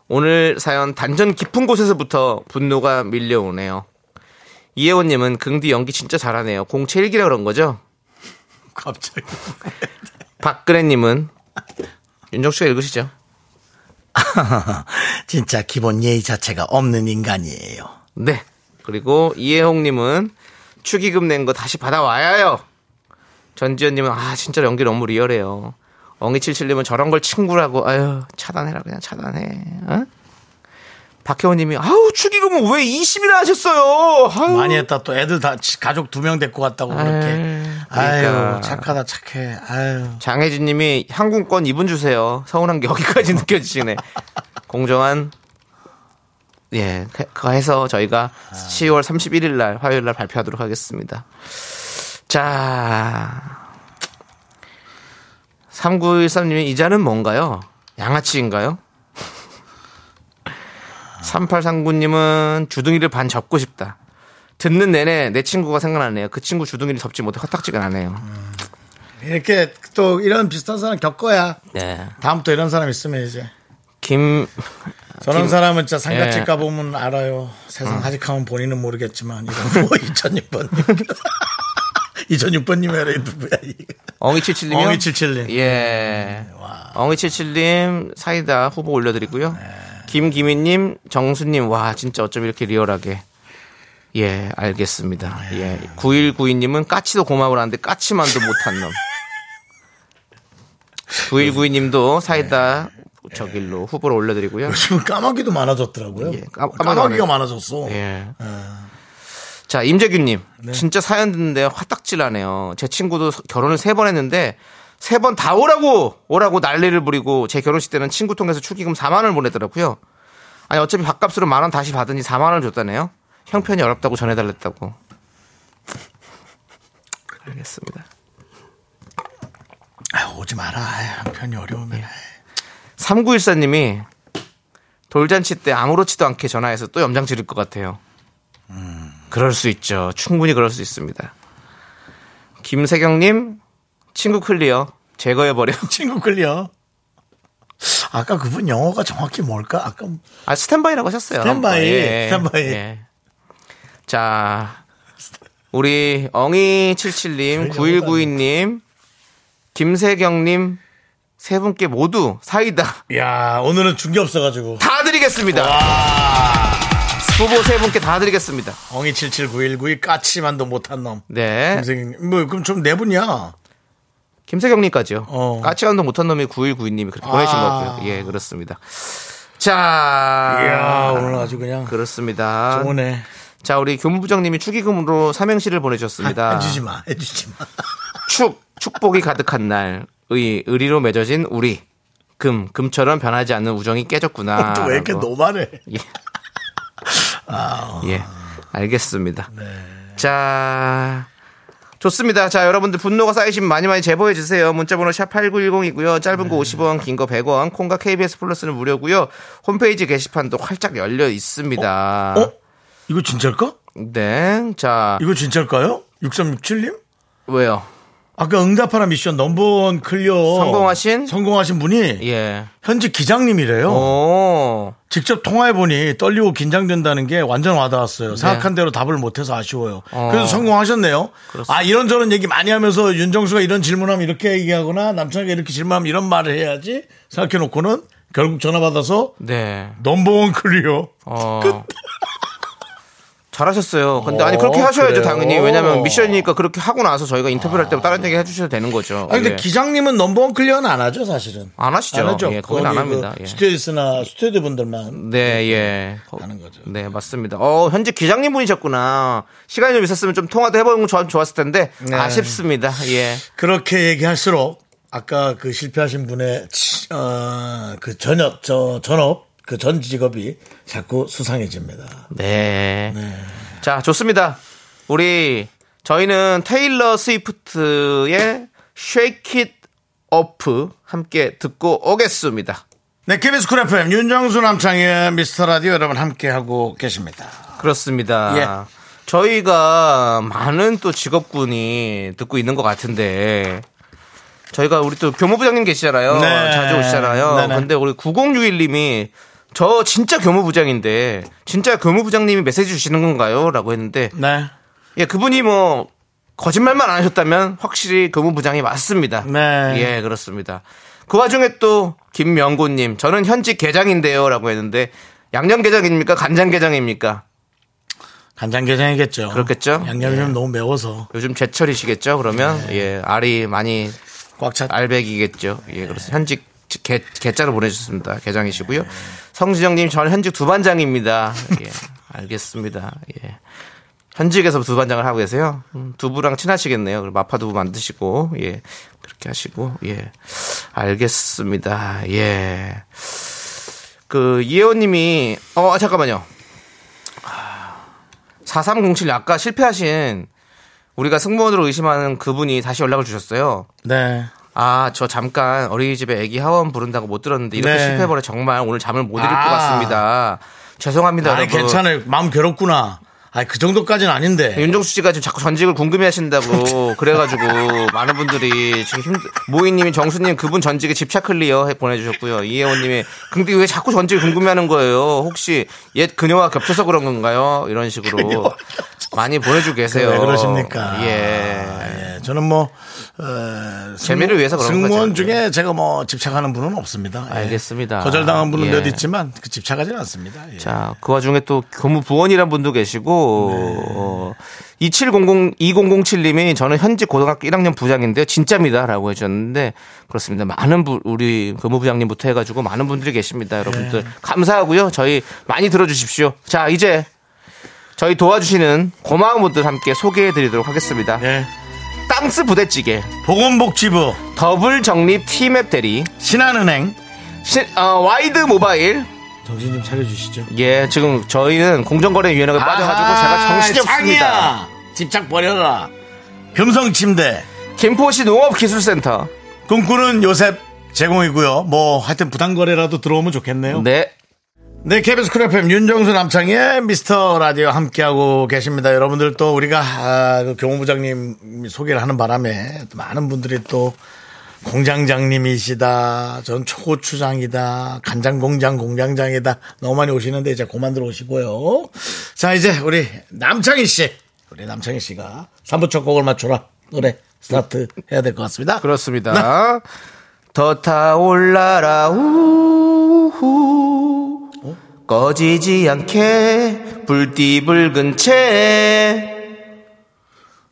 B: 오늘 사연 단전 깊은 곳에서부터 분노가 밀려오네요. 이혜원님은 긍디 연기 진짜 잘하네요. 공채 일기라 그런 거죠?
A: 갑자기.
B: 박근혜님은 윤정씨가 읽으시죠.
A: 진짜 기본 예의 자체가 없는 인간이에요.
B: 네. 그리고 이혜홍님은 축의금 낸 거 다시 받아와야요. 전지현님은 아 진짜 연기 너무 리얼해요. 엉이칠칠님은 저런 걸 친구라고 아유 차단해라 그냥 차단해. 어? 박혜원님이 아우 축의금은 왜 20이나 하셨어요. 아유.
A: 많이 했다 또 애들 다 지- 가족 두 명 데리고 왔다고 그렇게. 아유
B: 그러니까.
A: 착하다 착해. 아유
B: 장혜진님이 항공권 이분 주세요. 서운한 게 여기까지 느껴지시네. 공정한 예 그거 해서 저희가 10월 31일 날 화요일 날 발표하도록 하겠습니다. 자 3913님이 이자는 뭔가요? 양아치인가요? 3839님은 주둥이를 반 접고 싶다. 듣는 내내 내 친구가 생각나네요. 그 친구 주둥이를 접지 못해 화딱지가 나네요.
A: 이렇게 또 이런 비슷한 사람 겪어야
B: 네.
A: 다음부터 이런 사람 있으면 이제
B: 김
A: 저런 사람은 진짜 상가집
B: 예. 어.
A: 가보면 알아요. 세상 하직하면 본인은 모르겠지만 이런 거 2006번님. 2006번님이 아니 누구야 이거.
B: 엉이칠칠님.
A: 엉이칠칠님.
B: 예. 엉이칠칠님 사이다 후보 올려드리고요. 김기민님, 정수님, 와, 진짜 어쩜 이렇게 리얼하게. 예, 알겠습니다. 예. 9192님은 까치도 고마워라는데 까치만도 못한 놈. 9192님도 사이다 저길로 후보를 올려드리고요.
A: 요즘은 까마귀도 많아졌더라고요.
B: 예, 까- 까마귀
A: 까마귀가
B: 많아요.
A: 많아졌어.
B: 예. 자, 임재규님. 진짜 사연 듣는데 화딱질 하네요. 제 친구도 서- 결혼을 세 번 했는데 세 번 다 오라고 오라고 난리를 부리고 제 결혼식 때는 친구 통해서 축의금 4만 원을 보내더라고요. 아니 어차피 밥값으로 만 원 다시 받으니 4만 원을 줬다네요. 형편이 어렵다고 전해달랬다고. 알겠습니다.
A: 아유, 오지 마라. 아유, 편이 어려우면.
B: 예. 3914님이 돌잔치 때 아무렇지도 않게 전화해서 또 염장 지를 것 같아요. 그럴 수 있죠. 충분히 그럴 수 있습니다. 김세경님, 친구 클리어. 제거해버려.
A: 친구 끌려. 아까 그분 영어가 정확히 뭘까? 아까
B: 아, 스탠바이라고 하셨어요. 예.
A: 스탠바이, 스탠바이.
B: 자, 우리 엉이77님, 9192님, 김세경님, 세 분께 모두 사이다
A: 야 오늘은 중계 없어가지고 아,
B: 다 드리겠습니다. 후보 세 분께 다 드리겠습니다.
A: 엉이 77919이 까치만도 못한 놈.
B: 네.
A: 선생님, 뭐 그럼 좀 네 분이야.
B: 김세경님까지요.
A: 어.
B: 까치 감독 못한 놈이 9192님이 그렇게 보내신
A: 아.
B: 거고요. 예, 그렇습니다. 자,
A: 이야 오늘 아주 그냥
B: 그렇습니다.
A: 좋네.
B: 자, 우리 교무부장님이 축의금으로 삼행시를 보내주셨습니다.
A: 해주지 마, 해주지 마.
B: 축, 축복이 가득한 날, 의, 의리로 맺어진 우리, 금, 금처럼 변하지 않는 우정이 깨졌구나.
A: 또 왜 이렇게
B: 라고.
A: 노만해?
B: 예.
A: 아.
B: 예. 알겠습니다.
A: 네.
B: 자. 좋습니다. 자, 여러분들 분노가 쌓이시면 많이 많이 제보해 주세요. 문자 번호 샵 8910이고요. 짧은 거 50원, 긴 거 100원. 콩과 KBS 플러스는 무료고요. 홈페이지 게시판도 활짝 열려 있습니다.
A: 어? 이거 진짜일까?
B: 네. 자,
A: 이거 진짜일까요? 6367님?
B: 왜요?
A: 아까 응답하라 미션 넘버원 클리어
B: 성공하신?
A: 성공하신 분이
B: 예. 어.
A: 현직 기장님이래요.
B: 오.
A: 직접 통화해 보니 떨리고 긴장된다는 게 완전
B: 네.
A: 와닿았어요. 생각한 대로 답을 못해서 아쉬워요.
B: 어.
A: 그래서 성공하셨네요. 아 이런저런 얘기 많이 하면서 윤정수가 이런 질문하면 이렇게 얘기하거나 남창이가 이렇게 질문하면 이런 말을 해야지 생각해 놓고는 결국 전화 받아서
B: 네.
A: 넘버원 클리어.
B: 어. 잘하셨어요. 근데 아니
A: 어,
B: 그렇게 하셔야죠
A: 그래요?
B: 당연히 왜냐면 미션이니까 그렇게 하고 나서 저희가 인터뷰할 때 다른 얘기 해주셔도 되는 거죠.
A: 아니 근데
B: 예.
A: 기장님은 넘버원 클리어는 안 하죠 사실은.
B: 안 하시죠? 예, 거긴 안
A: 거기 그
B: 합니다. 예.
A: 스튜디오스나 스튜디오 분들만
B: 네, 예.
A: 하는 거죠.
B: 네, 맞습니다. 어, 현재 기장님 분이셨구나. 시간이 좀 있었으면 좀 통화도 해보는 거 좋- 좋았을 텐데 아쉽습니다. 예.
A: 그렇게 얘기할수록 아까 그 실패하신 분의 치- 어, 그 전업 저 전업 그 전 직업이 자꾸 수상해집니다.
B: 네. 자, 좋습니다. 우리 저희는 테일러 스위프트의 Shake It Off 함께 듣고 오겠습니다.
A: 네, KBS 쿨 FM 윤정수 남창의 미스터 라디오 여러분 함께 하고 계십니다.
B: 그렇습니다.
A: 예.
B: 저희가 많은 또 직업군이 듣고 있는 것 같은데 저희가 우리 또 교무부장님 계시잖아요.
A: 네.
B: 자주 오시잖아요.
A: 네네.
B: 근데 우리 9061님이 저 진짜 교무부장인데 진짜 교무부장님이 메시지 주시는 건가요? 라고 했는데
A: 네,
B: 예, 그분이 뭐 거짓말만 안 하셨다면 확실히 교무부장이 맞습니다.
A: 네.
B: 예, 그렇습니다. 그 와중에 또 김명곤님, 저는 현직 계장인데요라고 했는데 양념 게장입니까? 간장 게장입니까?
A: 간장게장이겠죠.
B: 그렇겠죠? 네.
A: 양념이 좀 너무 매워서
B: 요즘 제철이시겠죠? 그러면 예, 알이 많이
A: 꽉
B: 아,
A: 찼.
B: 알배기겠죠. 예, 그렇습니다. 현직 개, 개자로 보내주셨습니다. 개장이시고요. 성지정님, 저는 현직 두반장입니다. 예, 알겠습니다. 예. 현직에서 두반장을 하고 계세요. 음, 두부랑 친하시겠네요. 그리고 마파 두부 만드시고, 예, 그렇게 하시고, 예, 알겠습니다. 예. 그, 이혜원님이, 어, 잠깐만요. 4307 아까 실패하신 우리가 승무원으로 의심하는 그분이 다시 연락을 주셨어요.
A: 네,
B: 아, 저 잠깐 어린이집에 애기 하원 부른다고 못 들었는데 이렇게
A: 네.
B: 실패해버려 정말 오늘 잠을 못 이룰
A: 아.
B: 것 같습니다. 죄송합니다,
A: 아니
B: 네, 여러분.
A: 괜찮아요. 마음 괴롭구나. 아니 그 정도까지는 아닌데.
B: 윤종수 씨가 지금 자꾸 전직을 궁금해하신다고 그래가지고 많은 분들이 지금 힘들 모이님이 정수님 그분 전직에 집착 클리어 해 보내주셨고요 이혜원님이 근데 왜 자꾸 전직을 궁금해하는 거예요 혹시 옛 그녀와 겹쳐서 그런 건가요 이런 식으로 많이 보내주고 계세요
A: 왜 그러십니까?
B: 예
A: 아, 예. 저는 뭐 어, 승무-
B: 재미를 위해서 그런
A: 승무원
B: 거죠. 예.
A: 중에 제가 뭐 집착하는 분은 없습니다. 예.
B: 알겠습니다.
A: 거절당한 분은
B: 예.
A: 몇 있지만 그 집착하지는 않습니다. 예.
B: 자, 그 와중에 또 교무부원이란 분도 계시고, 어, 2700, 2007님이 저는 현직 고등학교 1학년 부장인데요. 진짜입니다. 라고 해주셨는데, 그렇습니다. 많은 분, 우리 교무부장님부터 해가지고 많은 분들이 계십니다. 여러분들. 감사하고요. 저희 많이 들어주십시오. 자, 이제 저희 도와주시는 고마운 분들 함께 소개해 드리도록 하겠습니다.
A: 예.
B: 땅스 부대찌개,
A: 보건복지부
B: 더블 정립 티맵 대리,
A: 신한은행
B: 신- 어, 와이드 모바일,
A: 정신 좀 차려주시죠.
B: 예, 지금 저희는 공정거래위원회가 그
A: 아,
B: 빠져가지고 제가 정신이 없습니다.
A: 없습니다. 집착 버려라. 금성침대
B: 김포시 농업기술센터.
A: 꿈꾸는 요셉 제공이고요. 뭐 하여튼 부당거래라도 들어오면 좋겠네요.
B: 네.
A: 네, KBS 쿨 FM 윤정수 남창의 미스터 라디오 함께하고 계십니다. 여러분들 또 우리가 아, 그 경호부장님 소개를 하는 바람에 또 많은 분들이 또 공장장님이시다, 전 초고추장이다, 간장공장 공장장이다 너무 많이 오시는데 이제 그만 들어오시고요. 자, 이제 우리 남창희 씨, 우리 남창희 씨가 3부 첫 곡을 맞춰라 노래 스타트 해야 될 것 같습니다.
B: 그렇습니다. 더 타올라라 우후 꺼지지 않게 불띠 붉은 채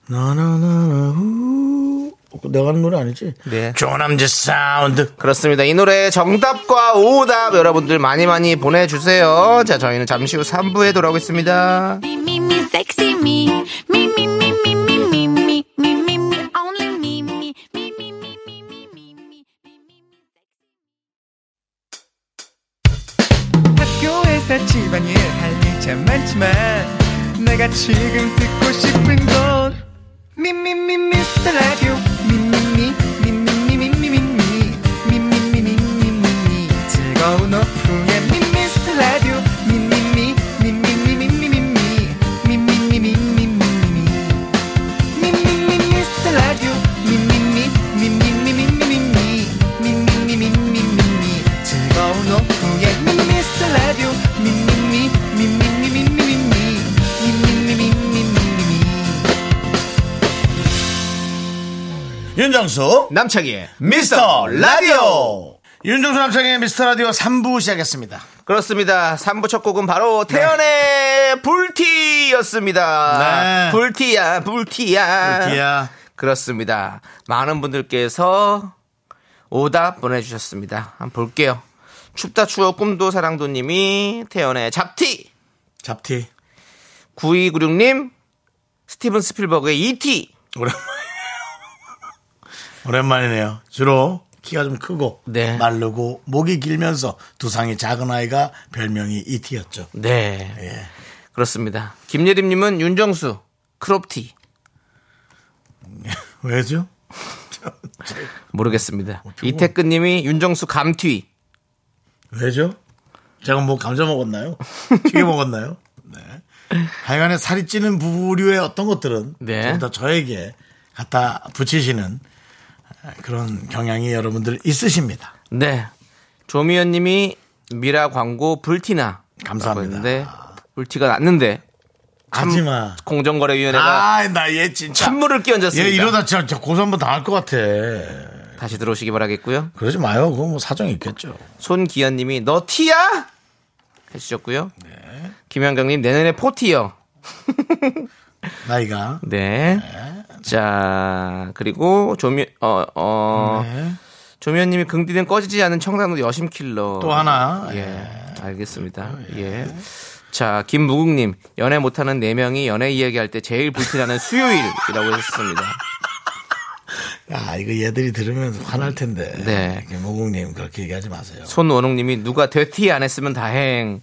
A: 나나나나 후. 어, 그 내가 하는 노래 아니지?
B: 네.
A: 조남지 사운드.
B: 그렇습니다. 이 노래 정답과 오답 여러분들 많이 많이 보내주세요. 자 저희는 잠시 후 3부에 돌아오겠습니다.
F: Me, me, me, sexy me. Me, me, me, me, me, me, me, me, me, me, only me, me, me, me, me, me, me, me, me, me, me.
H: 학교에서 집안일 할 일 참 많지만 내가 지금 듣고 싶은 건 미미미 미스터 라디오 미미미 미미미미미미 미미미미미미 즐거운 오후에 미스터 라디오 미미미 미미미미미미 미미미미미미미 미미미 미스터 라디오 미미미 미미미미미미 미미미미미미 즐거운 오후에 미스터 라디오 미미미 미미미미미미 미미미미미미미
A: 윤정수
B: 남창희의
A: 미스터 라디오 윤정수 남창의 미스터 라디오 3부 시작했습니다.
B: 그렇습니다. 3부 첫 곡은 바로 태연의 불티였습니다.
A: 네.
B: 불티야, 불티야.
A: 불티야.
B: 그렇습니다. 많은 분들께서 오답 보내주셨습니다. 한번 볼게요. 춥다 추워 꿈도 사랑도 님이 태연의 잡티.
A: 잡티.
B: 9296님, 스티븐 스필버그의 ET.
A: 오랜만. 오랜만이네요. 주로 키가 좀 크고
B: 네.
A: 마르고 목이 길면서 두상이 작은 아이가 별명이 이티였죠.
B: 네.
A: 예.
B: 그렇습니다. 김예림님은 윤정수, 크롭티.
A: 왜죠?
B: 모르겠습니다.
A: 어,
B: 이태근님이 윤정수 감튀.
A: 왜죠? 제가 뭐 감자 먹었나요? 튀겨 먹었나요? 네. 하여간에 살이 찌는 부류의 어떤 것들은
B: 네.
A: 전부 다 저에게 갖다 붙이시는 그런 경향이 여러분들 있으십니다.
B: 네. 조미연님이 미라 광고 불티나.
A: 감사합니다.
B: 했는데 불티가 났는데
A: 하지마.
B: 공정거래위원회가
A: 아, 나 얘 진짜.
B: 찬물을 끼얹었습니다.
A: 얘 이러다 진짜 저 고소 한번 당할 것 같아.
B: 다시 들어오시기 바라겠고요.
A: 그러지 마요. 그건 뭐 사정이 있겠죠.
B: 손기현님이 너 티야 해주셨고요.
A: 네.
B: 김현경님 내년에 포티요.
A: 나이가.
B: 네. 자 그리고 조미 어어
A: 네.
B: 조미현님이 긍디는 꺼지지 않은 청산도 여심 킬러.
A: 또 하나. 네.
B: 예. 알겠습니다. 예. 자, 김무국님, 연애 못하는 네명이 연애 이야기할 때 제일 불티나는 수요일이라고 하셨습니다.
A: 아, 이거 얘들이 들으면 화날 텐데.
B: 네.
A: 김호국님, 그렇게 얘기하지 마세요.
B: 손원웅님이 누가 되티 안 했으면 다행.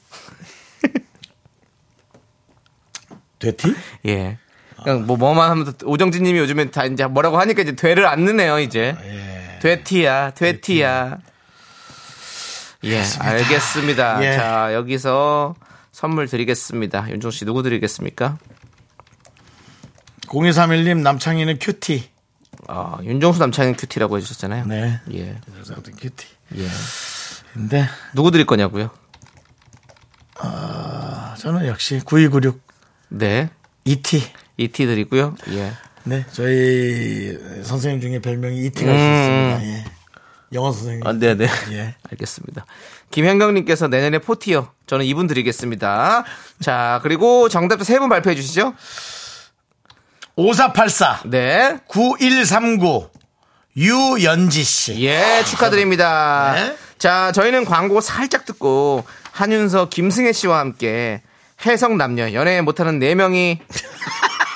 A: 되티?
B: 예. 그냥 뭐, 뭐만 하면 또 오정진님이 요즘에 다 이제 뭐라고 하니까 이제 되를 안 넣네요, 이제.
A: 예.
B: 되티야, 되티야. 예, 알겠습니다.
A: 예.
B: 자, 여기서 선물 드리겠습니다. 윤종 씨 누구 드리겠습니까?
A: 0231님, 남창희는 큐티.
B: 어, 윤종수 남창인 큐티라고 해주셨잖아요.
A: 네.
B: 예.
A: 그래서 아무튼 큐티.
B: 예.
A: 근데
B: 누구 드릴 거냐고요?
A: 아, 저는 역시 9296
B: 네.
A: 이티.
B: 이티 드리고요. 예.
A: 네. 저희 선생님 중에 별명이 이티가
B: 음.
A: 있었습니다. 예. 영어 선생님.
B: 아, 네, 네.
A: 예.
B: 알겠습니다. 김현경님께서 내년에 포티요. 저는 이분 드리겠습니다. 자, 그리고 정답자 세 분 발표해 주시죠.
A: 5484
B: 네.
A: 9139 유연지 씨.
B: 예, 축하드립니다.
A: 네.
B: 자, 저희는 광고 살짝 듣고 한윤서, 김승혜 씨와 함께 해성 남녀 연애 못하는 네 명이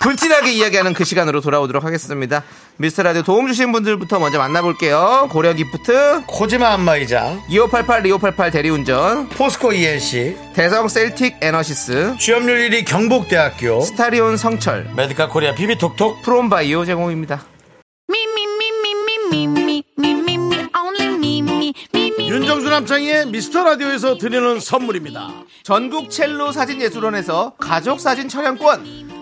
B: 불티나게 이야기하는 그 시간으로 돌아오도록 하겠습니다. 미스터 라디오 도움 주신 분들부터 먼저 만나볼게요. 고려 기프트,
A: 코지마 안마이자
B: 2588, 2588 대리운전,
A: 포스코 이엘씨
B: 대성 셀틱 에너시스,
A: 취업률 1위 경북대학교
B: 스타리온 성철,
A: 메디카 코리아 비비톡톡
B: 프롬바이오 제공입니다.
F: Me, me, me, me, me, me, me, me, me, me, only me, me, me, me.
A: 윤정수 남창희의 미스터 라디오에서 드리는 선물입니다.
B: 전국 첼로 사진예술원에서 가족 사진 촬영권,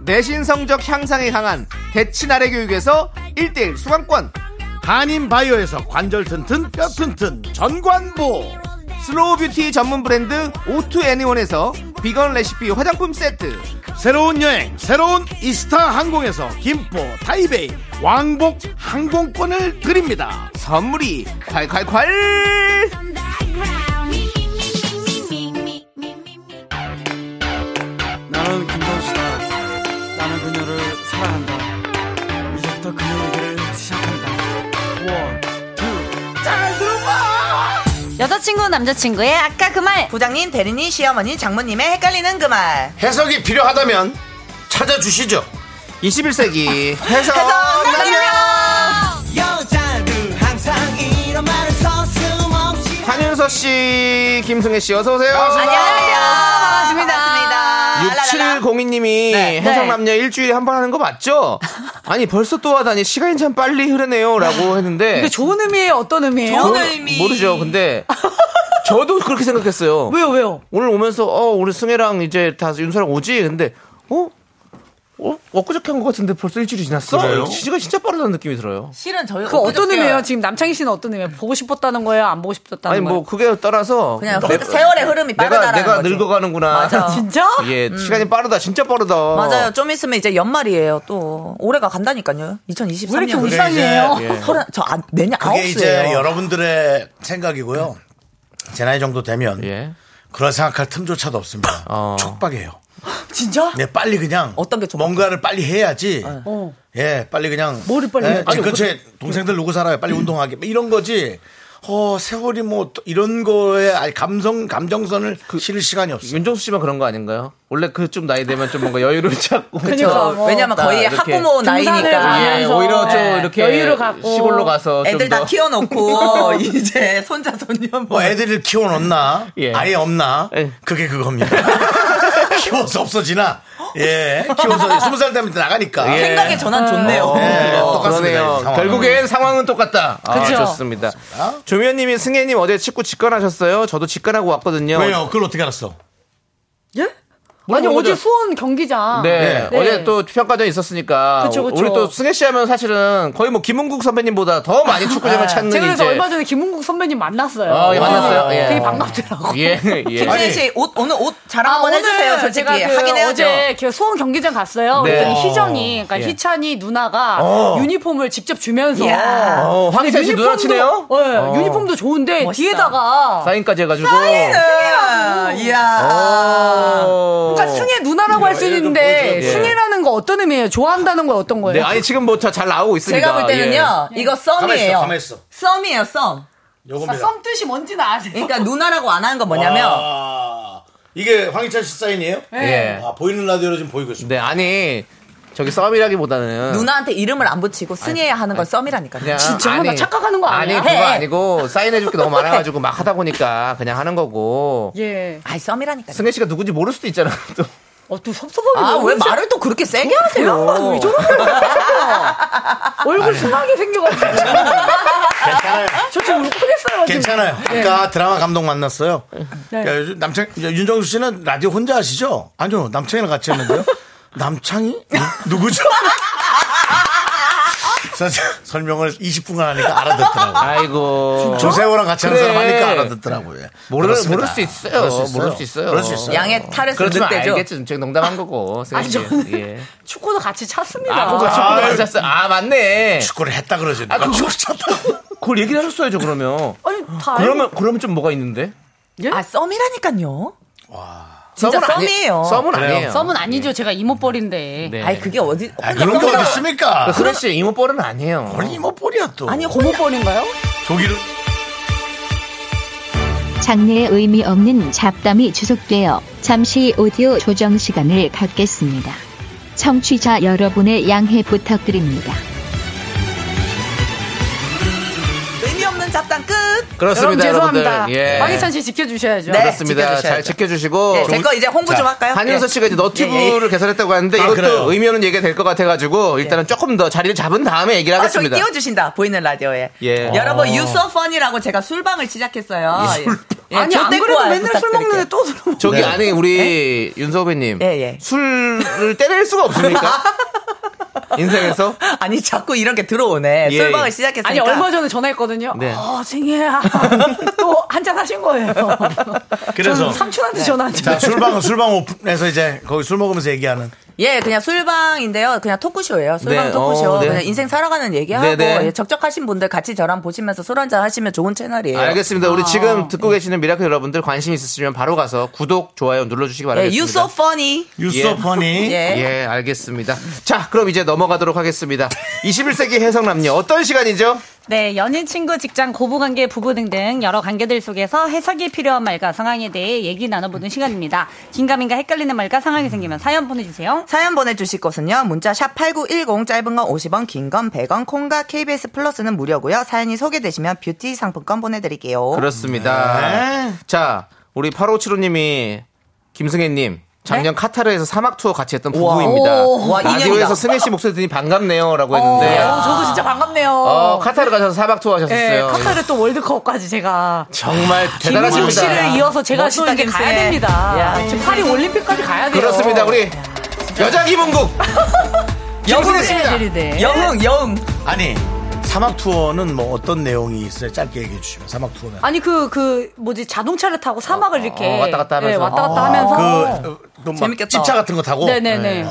B: 내신 성적 향상에 강한 대치나래 교육에서 1대1 수강권,
A: 한인 바이오에서 관절 튼튼 뼈 튼튼 전관보,
B: 슬로우 뷰티 전문 브랜드 오투 애니원에서 비건 레시피 화장품 세트,
A: 새로운 여행, 새로운 이스타 항공에서 김포, 타이베이, 왕복 항공권을 드립니다.
B: 선물이 콸콸콸!
F: Me, me, me, me, me, me, me, me, me.
H: 나는 김선수다. 나는 그녀를 사랑한다. 이제부터 그녀의 길을 시작한다. 원, 투, 잘 들어봐!
G: 여자친구 남자친구의 아까 그 말
I: 부장님, 대리님, 시어머니, 장모님의 헷갈리는 그 말.
A: 해석이 필요하다면 찾아주시죠.
B: 21세기 해석
H: 여자들 항상 이런 말을 서슴없이
B: 한윤서 씨, 김승혜 씨, 어서 오세요. 아,
I: 안녕하세요. 반갑습니다. 반갑습니다.
B: 6702님이
I: 네.
B: 해석 남녀 일주일에 한 번 하는 거 맞죠? 아니 벌써 또 하다니 시간이 참 빨리 흐르네요라고 했는데
J: 좋은 의미예요? 어떤 의미예요?
I: 좋은 의미.
B: 모르죠. 근데 저도 그렇게 생각했어요.
J: 왜요, 왜요?
B: 오늘 오면서, 어, 오늘 승혜랑 이제 다 윤서랑 오지? 근데, 어? 어? 엊그저께 한 것 같은데 벌써 일주일이 지났어?
J: 그래요?
B: 시간 진짜 빠르다는 느낌이 들어요.
J: 실은 저희 그
B: 그거
J: 어떤
B: 어저께-
J: 의미예요? 지금 남창희 씨는 어떤 의미예요? 보고 싶었다는 거예요? 안 보고 싶었다는
B: 아니,
J: 거예요?
B: 뭐, 그게 따라서.
J: 그냥
B: 내-
J: 그 세월의 흐름이
B: 내가,
J: 빠르다라는
B: 내가
J: 거죠.
B: 늙어가는구나.
J: 맞아. 진짜?
B: 예,
J: 음.
B: 시간이 빠르다. 진짜 빠르다.
I: 맞아요. 좀 있으면 이제 연말이에요. 또 올해가 간다니까요. 2023년.
A: 왜 이렇게 울상이에요?
B: 예.
A: 그게 이제-
I: 서른 저 안- 내년 아홉
A: 그게 이제
I: 수예요.
A: 여러분들의 생각이고요. 제 나이 정도 되면
B: 예.
A: 그런 생각할 틈조차도 없습니다. 촉박해요.
J: 진짜?
A: 네, 빨리 그냥 어떤 게 뭔가를 빨리 해야지.
J: 어.
A: 예, 빨리 그냥
J: 뭐를 빨리
A: 예,
J: 해야지?
A: 집
J: 아니,
A: 근처에 동생들 누구 살아요? 빨리 운동하게. 뭐 이런 거지. 어, 세월이 뭐 또 이런 거에 아니, 감성 감정선을 실을 시간이 없어요.
B: 윤정수 씨만 그런 거 아닌가요? 원래 그 좀 나이 되면 좀 뭔가 여유를 찾고
I: 그쵸.
J: 뭐
I: 왜냐면 거의 학부모 나이니까.
B: 예, 오히려 좀
I: 네.
B: 이렇게 시골로 가서
I: 애들
B: 좀
I: 다
B: 더-
I: 키워놓고 이제 손자 손녀 뭐
A: 뭐 애들을 키워놓나? 아예 없나? 그게 그겁니다. 키워서 없어지나? 예, 키워서 스무 살 되면 나가니까.
B: 예. 생각의 전환 좋네요.
A: 예,
B: 어,
A: 똑같습니다.
B: 그러네요.
A: 상황은.
B: 결국엔 상황은 똑같다. 아,
A: 그쵸.
B: 좋습니다. 조미연님이 승혜님 어제 직구 직관하셨어요? 저도 직관하고 왔거든요.
A: 왜요? 그걸 어떻게 알았어?
J: 아니
B: 물어보죠.
J: 어제 수원 경기장.
B: 네. 어제 또 평가전 있었으니까
J: 그쵸, 그쵸.
B: 우리 또 승혜 씨 하면 사실은 거의 뭐 김은국 선배님보다 더 많이 축구장을 찾는
J: 네. 제가 그래서
B: 이제
J: 얼마 전에 김은국 선배님 만났어요.
B: 아, 예, 만났어요?
J: 어,
B: 예.
J: 되게 반갑더라고요.
B: 예, 예.
I: 김수희 씨 옷, 오늘 옷 자랑
J: 아,
I: 한번
J: 오늘
I: 해주세요. 솔직히
J: 제가 그
I: 하긴 해야죠.
J: 어제 그 소원 경기장 갔어요.
I: 네.
J: 그랬더니
I: 어.
J: 희정이, 그러니까
I: 예.
J: 희찬이 누나가
I: 어.
J: 유니폼을 직접 주면서.
I: 이야.
B: 어,
J: 근데
B: 황희찬 씨
J: 유니폼도-
B: 누나 치네요?
J: 예,
B: 어.
J: 유니폼도 좋은데 뒤에다가
B: 사인까지 해가지고. 오.
J: 승혜라고. 그러니까 승혜 누나라고 할 수
B: 이거
J: 있는데
B: 어. 뭐죠? 예.
J: 승혜라는 거 어떤 의미예요? 좋아한다는 거 어떤
B: 네,
J: 거예요?
B: 아니 지금 뭐 잘 나오고 있습니다.
I: 제가 볼 때는요,
J: 예.
I: 이거 썸이에요.
B: 가만히 있어, 가만히 있어.
I: 썸이에요, 아, 썸.
A: 요겁니다.
J: 뜻이 뭔지 나 아세요?
I: 그러니까 누나라고 안 하는 건 뭐냐면, 네.
A: 와, 이게 황희찬 씨 사인이에요?
B: 예.
A: 아, 보이는 라디오로 지금 보이고 있습니다.
B: 네, 아니 저기 썸이라기보다는
I: 누나한테 이름을 안 붙이고 승혜야 하는 건 썸이라니까요.
B: 그냥 아니, 아니 그거 아니고 사인해줄게 너무 많아가지고 막 하다 보니까 그냥 하는 거고.
J: 예.
I: 아이, 썸이라니까.
B: 승혜 씨가 누군지 모를 수도 있잖아. 또.
J: 어, 또 섭섭하게.
I: 아, 왜
J: 그러지?
I: 말을 또 그렇게 세게
J: 그 양반
I: 하세요?
J: 왜 저러는 얼굴 순하게 생겨가지고.
I: 네.
A: 괜찮아요.
J: 저 지금 울컥했어요. 지금.
A: 괜찮아요.
J: 예.
A: 아까 드라마 감독 만났어요.
J: 네.
A: 야, 요즘 남창 윤정수 씨는 라디오 혼자 하시죠? 아니요, 남창이랑 같이 했는데요. 남창이 누- 누구죠? 선- 설명을 20분간 하니까 알아듣더라고요.
I: 뭐?
B: 아이고.
A: 조세호랑 같이 하는
B: 그래.
A: 사람 하니까 알아듣더라고요.
B: 모르-
A: 그렇습니다.
B: 모를 수 있어요. 모를 수 있어요.
A: 그럴 수 있어요.
I: 양의 탈에서
B: 그렇지만
I: 늑대죠.
B: 알겠지. 제가 농담한 거고. 승혜
J: 아니,
B: 씨.
J: 저는-
B: 예.
J: 축구도 같이 찼습니다.
B: 아, 그거 축구를 하셨어. 아, 맞네.
A: 축구를 했다 그러지.
B: 아, 그걸 그걸 얘기를 하셨어야죠, 그러면.
J: 아니, 다 예? 알고-
B: 그러면, 그러면 좀 뭐가 있는데?
I: 아, 썸이라니까요. 진짜
J: 썸은 아니-
I: 썸이에요.
B: 썸은 아니에요.
J: 썸은 아니죠. 제가 이모뻘인데.
B: 네.
I: 아니, 그게 어디.
A: 그런 게 어디 있습니까?
B: 승혜 그러니까 씨 이모뻘은 아니에요.
A: 아니 이모뻘이야 또.
I: 아니,
J: 고모뻘인가요?
B: 네.
A: 저기를
K: 장르의 의미 없는 잡담이 주속되어 잠시 오디오 조정 시간을 갖겠습니다. 청취자 여러분의 양해 부탁드립니다.
I: 의미 없는 잡담 끝!
B: 그렇습니다,
J: 여러분 죄송합니다.
B: 여러분들. 예.
J: 황희찬 씨 네, 지켜주셔야죠.
B: 그렇습니다. 잘 지켜주시고.
I: 네, 제거 이제 홍보 좀 할까요?
B: 한윤서
I: 예.
B: 씨가 이제 너튜브를
I: 예, 예.
B: 개설했다고 하는데
I: 아,
B: 이것도
I: 그래요?
B: 의미 없는 얘기가 될 것 같아가지고 일단은 조금 더 자리를 잡은 다음에 얘기를
I: 예. 아, 저기
B: 하겠습니다.
I: 띄워주신다. 보이는 라디오에.
B: 예.
I: 여러분, 유서펀이라고 제가 술방을 시작했어요.
B: 예,
J: 아니, 안 그래도 맨날 술
I: 먹는데 또 들어.
B: 저기 안에 우리
I: 네.
B: 윤서 후배님
I: 예,
B: 술을 때릴 수가 없습니까? 인생에서
I: 아니 자꾸 이런 게 들어오네.
B: 예,
I: 술방을
B: 예.
I: 시작했으니까.
J: 아니 얼마 전에 전화했거든요.
B: 네.
J: 아 승혜야 또 한잔 하신 거예요.
A: 그래서
J: 저는 삼촌한테 전화 한 적.
A: 자, 술방 술방 오픈해서 이제 거기 술 먹으면서 얘기하는
I: 예, 그냥 술방인데요. 그냥 토크쇼예요. 술방
A: 네,
I: 토크쇼.
A: 어, 네.
I: 그냥 인생 살아가는 얘기하고
B: 네, 네.
I: 예, 적적하신 분들 같이 저랑 보시면서 술 한잔 하시면 좋은 채널이에요.
B: 알겠습니다. 우리
I: 아.
B: 지금 듣고 계시는 미라클 여러분들 관심 있으시면 바로 가서 구독, 좋아요 눌러주시기
I: 예,
B: 바라겠습니다.
I: you so funny.
B: 예.
I: 예.
B: 예, 알겠습니다. 자, 그럼 이제 넘어가도록 하겠습니다. 21세기 해성남녀 어떤 시간이죠?
G: 네, 연인, 친구, 직장, 고부관계, 부부 등등 여러 관계들 속에서 해석이 필요한 말과 상황에 대해 얘기 나눠보는 시간입니다. 긴가민가 헷갈리는 말과 상황이 생기면 사연 보내주세요.
I: 사연 보내주실 곳은요. 문자 샵 8910 짧은 건 50원, 긴 건 100원, 콩과 KBS 플러스는 무료고요. 사연이 소개되시면 뷰티 상품권
J: 어?
I: 보내드릴게요.
J: 네.
B: 그렇습니다. 자, 우리 8575님이 김승혜님
J: 네?
B: 작년 카타르에서 사막 투어 같이 했던
I: 우와.
B: 부부입니다.
I: 오. 와, 인연이다.
B: 라디오에서 승혜 씨 목소리 듣니 반갑네요라고 했는데.
J: 어, 저도 진짜 반갑네요.
B: 어, 카타르 가셔서 사막 투어
J: 예,
B: 하셨어요.
J: 카타르 또 월드컵까지 제가
B: 정말
J: 김문식
B: 대단하십니다.
J: 씨를 이어서 제가 또 이제
I: 멋있다,
J: 가야
I: 김쌤.
J: 됩니다.
I: 야,
J: 지금 파리 올림픽까지 가야 돼요.
B: 그렇습니다. 우리 여자 기본국
J: 아, 네.
I: 영.
A: 아니 사막 투어는 뭐 어떤 내용이 있어요? 짧게 얘기해 주시면 사막 투어는.
J: 아니 그 그 뭐지 자동차를 타고 사막을 이렇게
A: 어, 왔다 갔다 하면서.
J: 예, 왔다 갔다
A: 아,
J: 하면서
A: 그, 어, 또막 집차 같은 거 타고.
J: 네네네.
A: 네.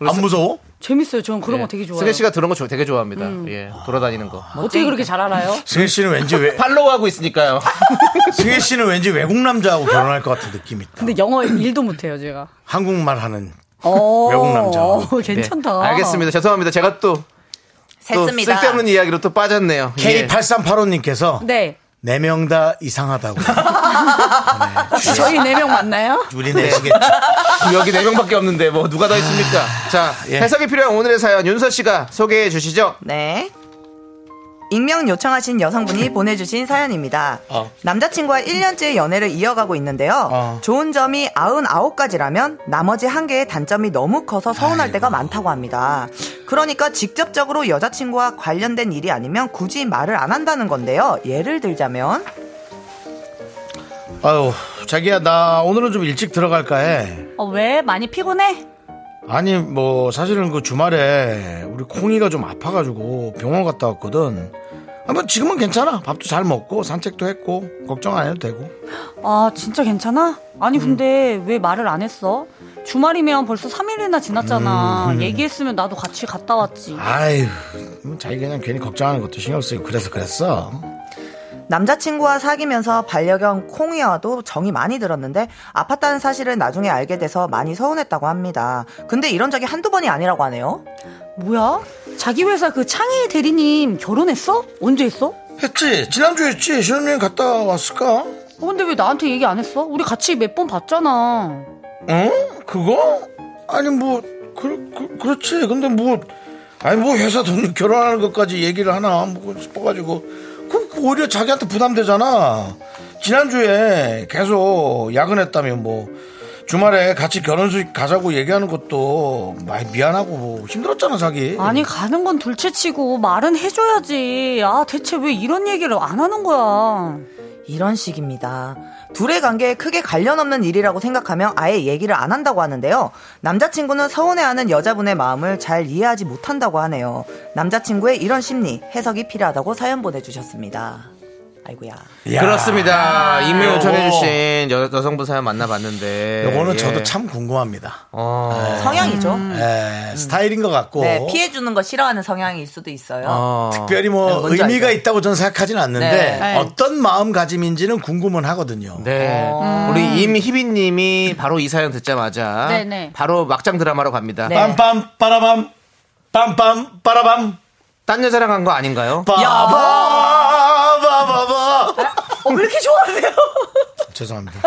A: 안 무서워?
J: 재밌어요. 저는 그런 거 되게
B: 아.
J: 좋아해요.
B: 네.
J: 음.
B: 승혜 씨가 그런 거 좋아- 되게 좋아합니다. 예, 돌아다니는 거.
J: 어떻게 그렇게 잘 알아요?
A: 승혜 씨는 왠지 외
B: 팔로우하고
J: 아,
B: 있으니까요.
A: 승혜 씨는 왠지 외국 남자하고 결혼할 것 같은 느낌이. 있다.
J: 근데 영어 일도 못해요 제가.
A: 한국말 하는
J: 어,
A: 외국 남자.
J: 어, 괜찮다.
B: 네, 알겠습니다. 죄송합니다. 제가 또, 또
J: 샜습니다.
B: 쓸데없는 이야기로 또 빠졌네요. 예.
A: K8385님께서
J: 네.
A: 네 명 다 이상하다고.
J: 혹시 저희 네 명 맞나요?
A: 우리 내시겠죠.
B: 여기 네 명밖에 없는데 뭐 누가 더
A: 아,
B: 있습니까? 자,
I: 예.
B: 해석이 필요한 오늘의 사연 윤서 씨가 소개해 주시죠.
I: 네. 익명 요청하신 여성분이 보내주신 사연입니다.
B: 어.
I: 남자친구와 1년째 연애를 이어가고 있는데요.
B: 어.
I: 좋은 점이 99가지라면 나머지 한 개의 단점이 너무 커서 서운할 때가 많다고 합니다. 그러니까 직접적으로 여자친구와 관련된 일이 아니면 굳이 말을 안 한다는 건데요. 예를 들자면
A: 아유, 자기야, 나 오늘은 좀 일찍 들어갈까 해.
G: 어, 왜? 많이 피곤해?
A: 아니, 뭐, 사실은 그 주말에 우리 콩이가 좀 아파가지고 병원 갔다 왔거든. 아, 뭐, 지금은 괜찮아. 밥도 잘 먹고, 산책도 했고, 걱정 안 해도 되고.
G: 아, 진짜 괜찮아?
B: 음.
G: 아니, 근데 왜 말을 안 했어? 주말이면 벌써 3일이나 지났잖아.
B: 네.
A: 음.
G: 얘기했으면 나도 같이 갔다 왔지.
A: 아유, 뭐 자기 그냥 괜히 걱정하는 것도 신경 쓰이고, 그래서 그랬어.
I: 남자친구와 사귀면서 반려견 콩이와도 정이 많이 들었는데 아팠다는 사실을 나중에 알게 돼서 많이 서운했다고 합니다. 근데 이런 적이 한두 번이 아니라고 하네요.
G: 뭐야? 자기 회사 그 창희 대리님 결혼했어? 언제 했어?
A: 했지. 지난주에 했지. 신혼여행 갔다 왔을까?
G: 어, 근데 왜 나한테 얘기 안 했어? 우리 같이 몇 번 봤잖아.
A: 응? 그거? 아니, 뭐, 그, 그, 그렇지. 근데 뭐, 아니, 뭐, 회사 돈 결혼하는 것까지 얘기를 하나, 뭐, 싶어가지고. 그, 그 오히려 자기한테 부담되잖아. 지난주에 계속 야근했다며, 뭐, 주말에 같이 결혼식 가자고 얘기하는 것도 많이 미안하고, 뭐, 힘들었잖아, 자기.
G: 아니, 가는 건 둘째치고 말은 해줘야지. 아, 대체 왜 이런 얘기를 안 하는 거야?
I: 이런 식입니다. 둘의 관계에 크게 관련 없는 일이라고 생각하며 아예 얘기를 안 한다고 하는데요. 남자친구는 서운해하는 여자분의 마음을 잘 이해하지 못한다고 하네요. 남자친구의 이런 심리 해석이 필요하다고 사연 보내주셨습니다. 아이고야.
B: 그렇습니다. 익명 요청해
A: 요거.
B: 주신 여- 여성분 사연 만나봤는데
A: 요거는
B: 예.
A: 저도 참 궁금합니다.
B: 어.
I: 성향이죠.
A: 예, 스타일인 것 같고.
I: 음. 네, 피해주는 거 싫어하는 성향일 수도 있어요.
B: 아,
A: 어. 특별히 뭐
I: 뭔지
A: 의미가
I: 알죠?
A: 있다고 저는 생각하진 않는데
I: 네.
A: 어떤 마음가짐인지는 궁금은 하거든요.
B: 네.
A: 어.
B: 우리 임희빈님이 바로 이 사연 듣자마자
G: 네네.
B: 바로 막장 드라마로
I: 네.
B: 갑니다.
A: 빰빰 빠라밤 빰빰 빠라밤
B: 딴 여자랑 간 거 아닌가요?
A: 어. 야바바바바
J: 어, 왜 이렇게 좋아하세요?
A: 죄송합니다.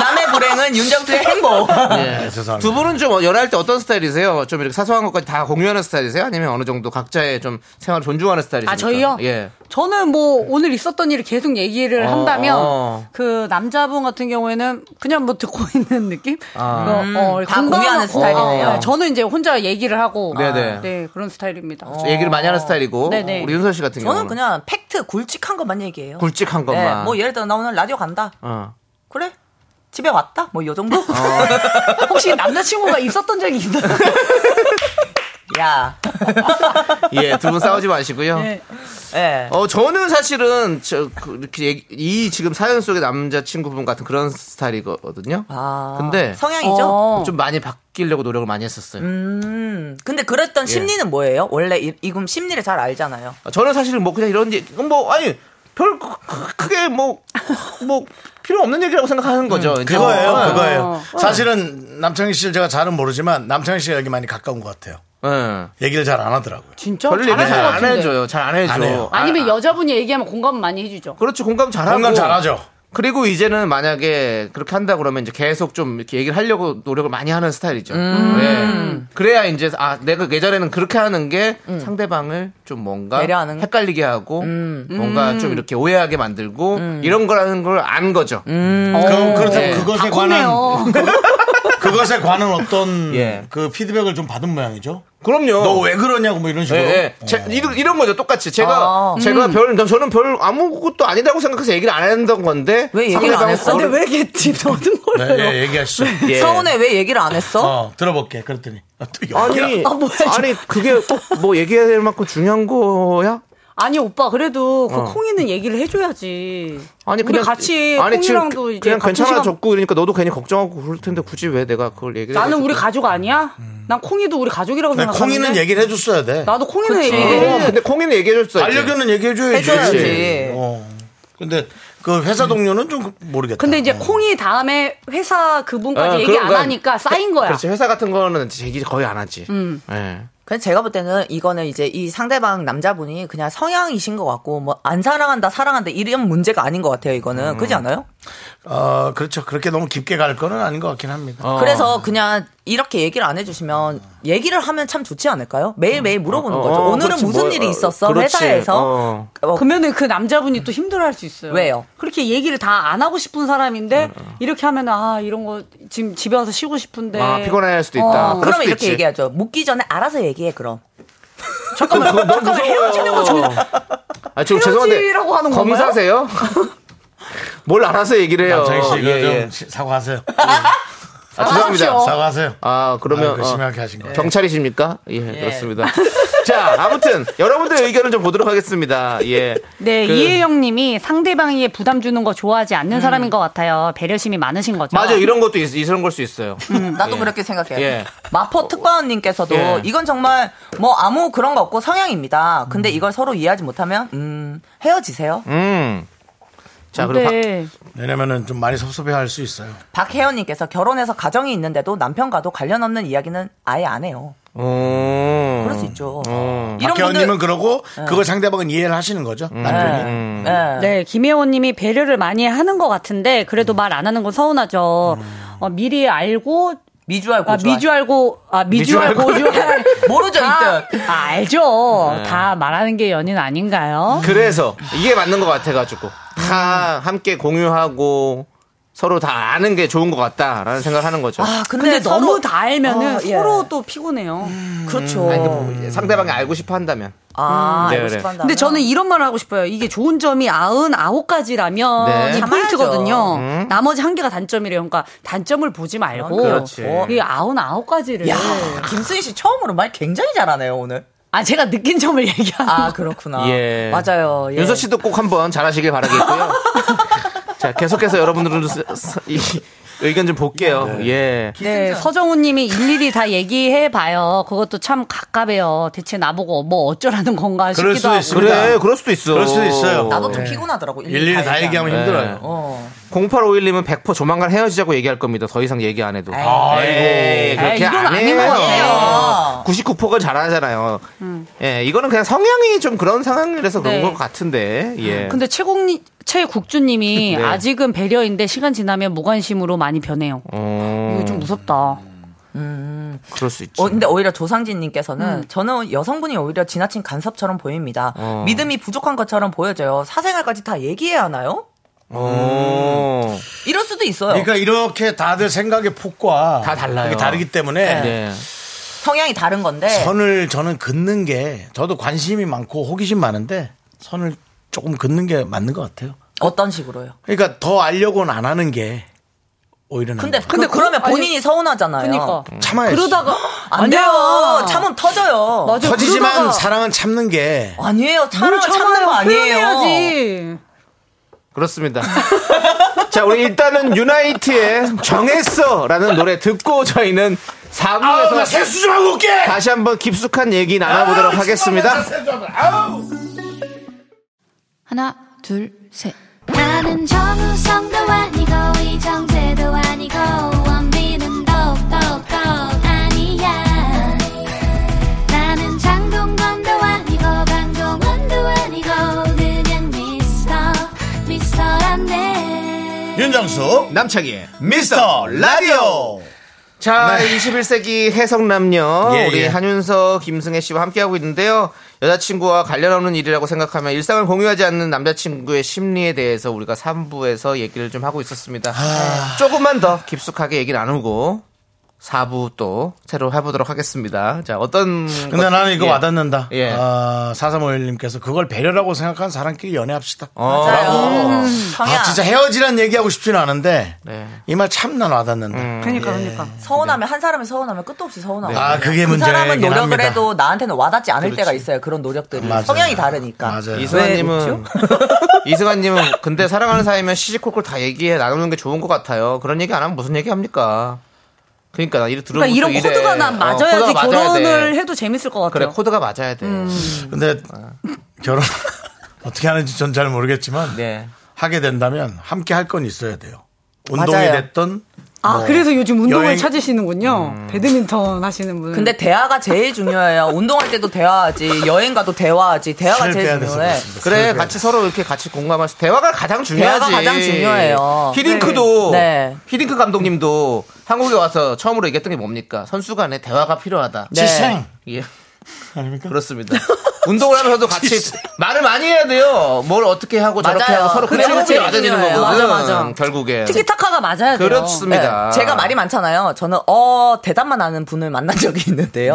I: 남의 불행은 윤정수의 행복.
A: 네, 죄송합니다.
B: 예. 두 분은 좀 연애할 때 어떤 스타일이세요? 좀 이렇게 사소한 것까지 다 공유하는 스타일이세요? 아니면 어느 정도 각자의 좀 생활을 존중하는 스타일이세요?
G: 아, 저희요?
B: 예.
G: 저는 뭐 오늘 있었던 일을 계속 얘기를
B: 어,
G: 한다면
B: 어.
G: 그 남자분 같은 경우에는 그냥 뭐 듣고 있는 느낌?
B: 아.
G: 이거,
I: 음,
J: 어,
I: 다
G: 공감하-
I: 공유하는 스타일이네요.
G: 네, 저는 이제 혼자 얘기를 하고
B: 아,
J: 아,
B: 네네.
G: 네, 그런 스타일입니다.
I: 어.
B: 얘기를 많이 하는 스타일이고
G: 어. 네네.
B: 우리 윤서 씨 같은
I: 저는
B: 경우는
I: 그냥 팩트 굵직한 것만 얘기해요.
B: 굵직한
I: 네,
B: 것만.
I: 뭐 예를 들어 나 오늘 라디오 간다.
B: 어.
I: 그래? 집에 왔다? 뭐 요 정도?
B: 어.
G: 혹시 남자친구가 있었던 적이 있나요?
I: 야.
B: 예, 두 분 싸우지 마시고요.
G: 네.
I: 예.
B: 어, 저는 사실은 저 그, 이렇게 얘기- 이 지금 사연 속의 남자 친구분 같은 그런 스타일이거든요.
I: 아,
B: 근데
I: 성향이죠?
J: 어.
G: 어.
B: 좀 많이 바뀌려고 노력을 많이 했었어요.
I: 음. 근데 그랬던 심리는 뭐예요? 원래 이- 이금 심리를 잘 알잖아요.
B: 저는 사실은 뭐 그냥 이런 얘기, 뭐 아니 별 크- 크- 크게 뭐 뭐 필요 없는 얘기라고
G: 음.
B: 생각하는 거죠. 이제
A: 그거예요,
B: 어,
A: 그거예요. 사실은 남창희 씨를 제가 잘은 모르지만 남창희 씨가 여기 많이 가까운 것 같아요.
B: 예.
A: 얘기를 잘 안 하더라고요.
G: 진짜?
B: 별 얘기
G: 잘하는 것
B: 잘안
G: 같은데.
B: 해줘요. 잘 안 해줘.
A: 안 해요.
B: 아,
G: 아니면 여자분이 얘기하면 공감 많이 해주죠.
B: 그렇지 공감 잘하고
A: 공감 잘하죠.
B: 그리고 이제는 만약에 그렇게 한다 그러면 이제 계속 좀 이렇게 얘기를 하려고 노력을 많이 하는 스타일이죠.
I: 음.
B: 예. 그래야 이제 아 내가 예전에는 그렇게 하는 게 상대방을 좀 뭔가
I: 배려하는 음.
B: 헷갈리게 하고 뭔가 좀 이렇게 오해하게 만들고 이런 거라는 걸 안 거죠.
I: 음.
A: 그럼 그렇다면
B: 네.
A: 그것에
G: 다
A: 관한
G: 컸네요.
A: 그것에 관한 어떤 그 피드백을 좀 받은 모양이죠.
B: 그럼요.
A: 너 왜 그러냐고 뭐 이런 식으로.
B: 어. 예, 예. 제- 이런, 이런 거죠. 똑같이 제가
A: 아.
B: 제가
A: 음.
B: 별 난- 저는 별 아무것도 아니라고 생각해서 얘기를 안 했던 건데 왜
I: 얘기를 안 했어? 근데 왜 이렇게
J: 집
I: 넣는
A: 네, 예, 얘기하시죠.
I: 서운해 왜 얘기를 안 했어?
A: 어, 들어볼게. 그랬더니. 아, 또 여기라.
B: 아니 아니 그게 꼭 뭐 얘기해야 될 만큼 중요한 거야?
J: 아니 오빠 그래도 그
B: 어.
J: 콩이는 얘기를 해줘야지.
B: 아니
J: 우리 같이 콩이랑도
B: 그-
J: 이제
B: 그냥
J: 같은 시간-
B: 괜찮아졌고 그러니까 너도 괜히 걱정하고 그럴 텐데 굳이 왜 내가 그걸 얘기를
J: 나는
B: 해가지고.
J: 우리 가족 아니야? 난 콩이도 우리 가족이라고
B: 네, 음.
J: 생각하는데.
B: 콩이는 얘기를 해줬어야 돼.
J: 나도 콩이는
B: 그치.
J: 얘기를
B: 어, 근데 콩이는 얘기해줬어야지.
A: 반려견은 얘기해줘야지.
J: 해줘야지.
A: 어. 근데 그 회사 동료는 좀 모르겠다. 어.
J: 근데 이제 콩이 다음에 회사 아, 그분까지
B: 어,
J: 그러니까 얘기 안
B: 그런가?
J: 하니까 쌓인 거야.
B: 그렇지 회사 같은 거는 얘기 거의 안 하지.
I: 음.
B: 예.
I: 근데 제가 볼 때는 이거는 이제 이 상대방 남자분이 그냥 성향이신 것 같고 뭐 안 사랑한다 사랑한다 이런 문제가 아닌 것 같아요 이거는 그렇지 않아요?
A: 어, 그렇죠. 그렇게 너무 깊게 갈 거는 아닌 것 같긴
I: 어.
A: 합니다.
I: 그래서 그냥 이렇게 얘기를 안 해주시면 얘기를 하면 참 좋지 않을까요? 매일매일 물어보는 거죠. 오늘은 무슨
B: 뭐,
I: 일이 있었어 회사에서
B: 어.
I: 어,
J: 그러면은 그 남자분이 또 힘들어할 수 있어요.
I: 왜요?
J: 그렇게 얘기를 다 안 하고 싶은 사람인데 이렇게 하면 아 이런 거 지금 집에 와서 쉬고 싶은데
B: 음. 아, 피곤할 수도
J: 어.
B: 있다. 그럴
I: 그러면
B: 수도
I: 이렇게
B: 있지.
I: 얘기하죠. 묻기 전에 알아서 얘기해 그럼.
B: 잠깐만, 잠깐만 헤어지는 거 좀. 아, 지금 죄송한데
I: 헤어지라고 하는 건가요?
B: 검사세요? 뭘 알아서 얘기를 해요.
A: 남창희 씨, 이거
B: 예,
A: 좀
B: 예.
A: 시- 사과하세요.
B: 아, 죄송합니다.
A: 사과하십시오. 사과하세요.
B: 아, 그러면
A: 아이고, 심하게 하신 거예요.
B: 경찰이십니까? 예, 그렇습니다. 자, 아무튼 여러분들 의견을 의좀 보도록 하겠습니다. 예.
G: 네,
B: 그- 음.
G: 이혜영님이 상대방에게 부담 주는 거 좋아하지 않는 사람인 것 같아요. 배려심이 많으신 거죠.
B: 맞아, 이런 것도 있, 이런 걸 수 있어요.
I: 나도
B: 예.
I: 그렇게 생각해요.
B: 예.
I: 마포 특파원님께서도
B: 예.
I: 이건 정말 뭐 아무 그런 거 없고 성향입니다. 근데 이걸 서로 이해하지 못하면 음 헤어지세요.
B: 음.
I: 자, 그리고 네.
A: 왜냐면은 좀 많이 섭섭해할 수 있어요.
I: 박혜원님께서 결혼해서 가정이 있는데도 남편과도 관련 없는 이야기는 아예 안 해요.
B: 그럴
I: 수 있죠.
B: 어.
A: 박혜원님은
I: 분들-
A: 그러고
I: 네.
A: 그걸 상대방은 이해를 하시는 거죠. 남편이.
I: 예.
B: 음.
G: 네, 김혜원님이 배려를 많이 하는 것 같은데 그래도 말 안 하는 건 서운하죠.
B: 음.
G: 어, 미리 알고
I: 미주알
G: 고주알 아, 미주알 고 아 미주알
B: 미주알
G: 고주알
I: 모르죠
G: 다 아, 알죠.
B: 네.
G: 다 말하는 게 연인 아닌가요?
B: 그래서 이게 맞는 것 같아가지고 다 함께 공유하고 서로 다 아는 게 좋은 것 같다라는 생각을 하는 거죠.
G: 근데, 너무 다 알면은
J: 어, 예.
G: 서로 또 피곤해요.
I: 그렇죠.
B: 아니, 뭐 이제 상대방이 알고 싶어 한다면.
I: 아,
B: 네,
I: 알고
B: 그래.
I: 싶어 한다.
G: 음. 근데 저는 이런 말을 하고 싶어요. 이게 좋은 점이 99가지라면
B: 네.
G: 이
B: 참아야죠.
G: 포인트거든요.
B: 음.
G: 나머지 한 개가 단점이래요. 그러니까 단점을 보지 말고
I: 그렇지.
G: 이 99가지를
I: 야, 네. 김승희 씨 처음으로 말 굉장히 잘하네요 오늘.
G: 아 제가 느낀 점을 얘기하는
I: 아 그렇구나.
B: 예.
I: 맞아요. 예.
B: 윤서 씨도 꼭 한번 잘하시길 바라겠고요. 자, 계속해서 여러분들은 스- 스- 이 의견 좀 볼게요. 예.
G: 네, 서정우님이 일일이 다 얘기해 봐요. 그것도 참 갑갑해요. 대체 나보고 뭐 어쩌라는 건가 싶기도
A: 그럴 수도
G: 하고.
A: 있습니다.
B: 그래, 그럴 수도 있어.
A: 그럴 수도 있어요.
I: 나도 좀
B: 예.
I: 피곤하더라고.
A: 네. 일일이 다 얘기하면
B: 네.
A: 힘들어요.
I: 어.
B: 0851님은 100% 조만간 헤어지자고 얘기할 겁니다. 더 이상 얘기 안 해도.
A: 아이고.
B: 에이, 그렇게
A: 에이, 이건
B: 안
A: 아닌 것
B: 해요.
A: 같아요.
B: 99%가 잘하잖아요.
G: 음.
B: 예, 이거는 그냥 성향이 좀 그런 상황이라서 그런
G: 네.
B: 것 같은데. 예.
G: 근데 최국님, 최국주님이
B: 네.
G: 아직은 배려인데 시간 지나면 무관심으로 많이 변해요.
B: 어,
G: 이거 좀 무섭다.
B: 그럴 수 있죠.
I: 어, 근데 오히려 조상진님께서는
G: 음.
I: 저는 여성분이 오히려 지나친 간섭처럼 보입니다.
B: 어.
I: 믿음이 부족한 것처럼 보여져요. 사생활까지 다 얘기해야 하나요?
B: 어.
I: 이럴 수도 있어요.
A: 그러니까 이렇게 다들 생각의 폭과 다
B: 달라요.
A: 다르기 때문에
G: 음.
B: 네.
I: 성향이 다른 건데.
A: 선을 저는 긋는 게 저도 관심이 많고 호기심 많은데 선을 조금 긋는 게 맞는 것 같아요.
I: 어떤 식으로요?
A: 그러니까 더 알려고는 안 하는 게 오히려 나은
I: 근데,
A: 것 음. 같아요.
I: 근데 그, 러면 본인이 서운하잖아요.
A: 그러니까. 참아야지.
I: 그러다가 안
A: 아니야.
I: 돼요. 참으면 터져요.
A: 터지지만 사랑은 참는 게
I: 아니에요. 사랑을 참는 거 아니에요.
B: 그렇습니다. 자, 우리 일단은 유나이트의 정했어라는 노래 듣고 저희는
A: 아우, 나
B: 4부에서
A: 세수 좀 하고 올게!
B: 다시 한번 깊숙한 얘기 나눠보도록
A: 아우,
B: 하겠습니다.
A: 진짜 나 세수 안 해. 아우!
L: 하나, 둘, 셋.
F: 나는 정우성도 아니고 이정재도 아니고 원빈은 더욱더 아니야 나는 장동건도 아니고 강동원도 아니고 그냥 미스터 미스터란데
A: 윤정수
B: 남창희의
A: 미스터 라디오
B: 자, 21세기 해성남녀
A: 네. 예,
B: 우리
A: 예.
B: 한윤서, 김승혜 씨와 함께하고 있는데요. 여자친구와 관련 없는 일이라고 생각하면 일상을 공유하지 않는 남자친구의 심리에 대해서
A: 아.
B: 우리가 3부에서 얘기를 좀 하고 있었습니다. 조금만 더 깊숙하게 얘기 나누고 4부 또 새로 해보도록 하겠습니다. 자, 어떤.
A: 근데
B: 것-
A: 나는 이거
B: 예.
A: 와닿는다.
B: 예.
A: 아, 4351님께서 그걸 배려라고 생각한 사람끼리 연애합시다.
B: 어.
A: 라고.
I: 성향.
A: 아, 진짜 헤어지란 얘기하고 싶지는 않은데
B: 네. 음,
A: 이 말 참 난 와닿는다. 예.
I: 네. 서운하면 한 사람이 서운하면 끝도 없이 서운하고.
A: 네. 아, 그게
I: 그 사람은
A: 문제긴
I: 노력을
A: 합니다.
I: 해도 나한테는 와닿지 않을
B: 그렇지.
I: 때가 있어요. 그런 노력들이
B: 맞아요.
I: 성향이 다르니까.
B: 그러니까
A: 네.
B: 이승환님은 이승환님은 근데 사랑하는 사이면 시시콜콜 다 얘기해 나누는 게 좋은 것 같아요. 그런 얘기 안 하면 무슨 얘기 합니까? 그러니까 나 이래 어, 들으면
G: 그러니까 이런 코드가 난 맞아야지 결혼을 해도 재밌을 것 같아요. 음.
B: 그래 코드가 맞아야 돼.
A: 근데
B: 음.
A: 결혼 어떻게 하는지 전 잘 모르겠지만
B: 네.
A: 하게 된다면 함께 할 건 있어야 돼요. 운동이
I: 맞아요.
A: 됐던
G: 아,
A: 뭐
G: 그래서 요즘 운동을
A: 여행- 음.
G: 찾으시는군요. 배드민턴 하시는 분.
I: 근데 대화가 제일 중요해요. 운동할 때도 대화하지, 여행 가도 대화하지, 대화가 제일 중요해.
B: 그래 같이 서로 이렇게 같이 공감하면서 대화가 가장 중요하지.
I: 대화가 가장 중요해요.
B: 히딩크도
I: 네.
B: 히딩크 감독님도 한국에 와서 처음으로 얘기했던 게 뭡니까? 선수 간의 대화가 필요하다.
I: 네. 지생.
B: 예. 그렇습니다. 운동을 하면서도 같이 말을 많이 해야 돼요. 뭘 어떻게 하고 저렇게
I: 맞아요.
B: 하고 서로
I: 그게 제일
B: 협업이 맞아지는
I: 중요해요.
B: 거거든.
I: 맞아, 맞아.
B: 결국에.
I: 티키타카가 맞아야 네.
B: 돼요. 그렇습니다.
I: 제가 말이 많잖아요. 저는 어 대답만 하는 분을 만난 적이 있는데요.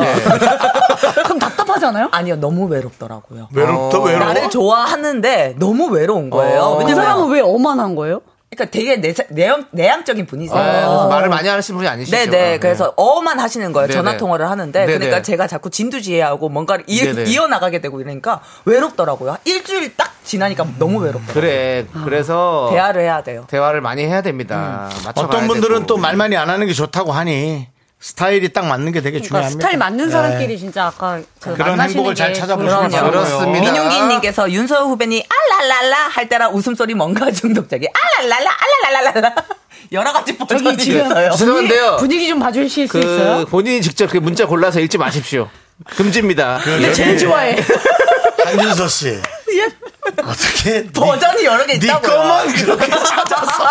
I: 그럼 답답하지 않아요? 아니요, 너무 외롭더라고요.
A: 외롭다, 외로워?
I: 나를 좋아하는데 너무 외로운 거예요.
B: 어.
I: 왜냐면
B: 그 사람은
I: 왜 어만한 거예요? 그러니까 되게 내, 내향, 내향적인 분이세요.
B: 네, 그래서 말을 많이 하시는 분이 아니시죠.
I: 어. 네네. 그래서 어만 하시는 거예요.
B: 네네.
I: 전화 통화를 하는데.
B: 네네.
I: 그러니까 제가 자꾸 진두지혜하고 뭔가를 이,
B: 네네.
I: 이어나가게 되고 이러니까 외롭더라고요. 일주일 딱 지나니까 너무 외롭더라고요.
B: 그래. 그래서
I: 대화를 해야 돼요.
B: 대화를 많이 해야 됩니다. 맞춰가야
A: 음. 어떤 분들은
B: 되고. 네.
A: 또 말 많이 안 하는 게 좋다고 하니 스타일이 딱 맞는 게 되게
G: 그러니까
A: 중요합니다.
G: 스타일 맞는
A: 네.
G: 사람끼리 진짜 아까 그
A: 그런
G: 만나시는
A: 행복을 잘
G: 게
A: 찾아보시면
G: 좋을 것 같아요.
I: 민용기님께서 윤서호 후배님 알랄랄라 할 때랑 웃음소리 뭔가 중독자기 알랄랄라 알랄랄랄라 여러 가지 버전이 있어요.
B: 죄송한데요.
G: 분위기 좀 봐주실 수
B: 그
G: 있어요? 아,
B: 본인이 직접 그 문자 골라서 읽지 마십시오. 금지입니다.
A: 근데 제일 좋아해. 예. 한준서 씨. 어떻게 버전이
I: 여러 개
A: 있다고요. 네 것만 그렇게 찾아서.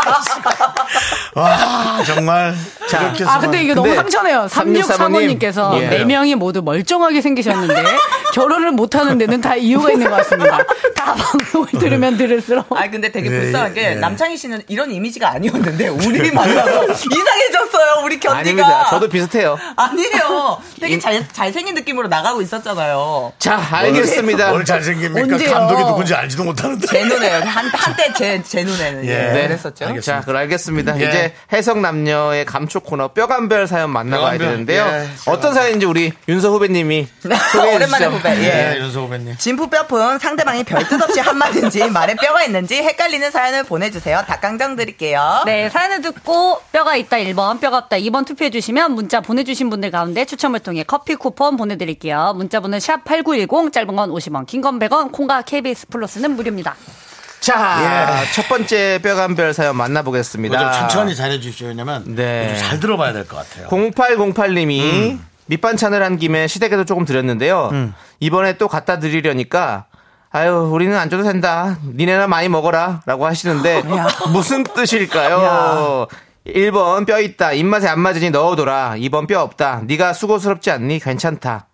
A: 와 정말 이렇게
G: 아, 근데 이게 너무 상처네요. 3635님께서
A: 예.
G: 네 명이 모두 멀쩡하게 생기셨는데 결혼을 못 하는 데는 다 이유가 있는 것 같습니다. 다 방송을 들으면 들을수록.
I: 아 근데 되게
G: 네,
I: 불쌍한 게
B: 예,
G: 네.
I: 남창희 씨는 이런 이미지가 아니었는데 우리 만나서 이상해졌어요 우리 견디가
B: 아닙니다. 저도 비슷해요.
I: 아니에요 되게 잘, 잘생긴 느낌으로 나가고 있었잖아요
B: 자, 알겠습니다.
A: 뭘 잘생깁니까? 감독이 누군지 알지도 못하는데.
I: 제 눈에요 한, 한때 제, 제 눈에는 예. 그랬었죠
B: 네. 자, 그럼 알겠습니다.
I: 예.
B: 이제 해석 남녀의 감촉 코너 뼈간별 사연 만나봐야
A: 뼈간별.
B: 되는데요.
A: 예,
B: 어떤 사연인지 우리 윤서 후배님이 소개해
I: 오랜만에
B: 주시죠. 네.
I: 후배, 예. 예,
A: 윤서 후배님.
I: 진푸 뼈푼 상대방이 별뜻 없이 한 말인지 말에 뼈가 있는지 헷갈리는 사연을 보내주세요. 닭강정 드릴게요.
G: 네, 사연을 듣고 뼈가 있다 1번, 뼈가 없다 2번 투표해 주시면 문자 보내 주신 분들 가운데 추첨을 통해 커피 쿠폰 보내 드릴게요. 문자 번호 샵8910 짧은 건 50원, 긴 건 100원, 콩과 KBS 플러스는 무료입니다.
A: 예.
I: 아,
B: 자, 아, 첫 번째 뼈간별 사연 만나보겠습니다.
A: 뭐 좀 천천히 잘해주십시오. 왜냐면
B: 네.
A: 좀잘 들어봐야 될 것 같아요.
B: 0808님이
I: 음.
B: 밑반찬을 한 김에 시댁에도 조금 드렸는데요. 이번에 또 갖다 드리려니까 아유 우리는 안 줘도 된다. 니네나 많이 먹어라 라고 하시는데
I: 아,
B: 무슨 뜻일까요? 1번 뼈 있다. 입맛에 안 맞으니 넣어둬라. 2번 뼈 없다. 네가 수고스럽지 않니? 괜찮다.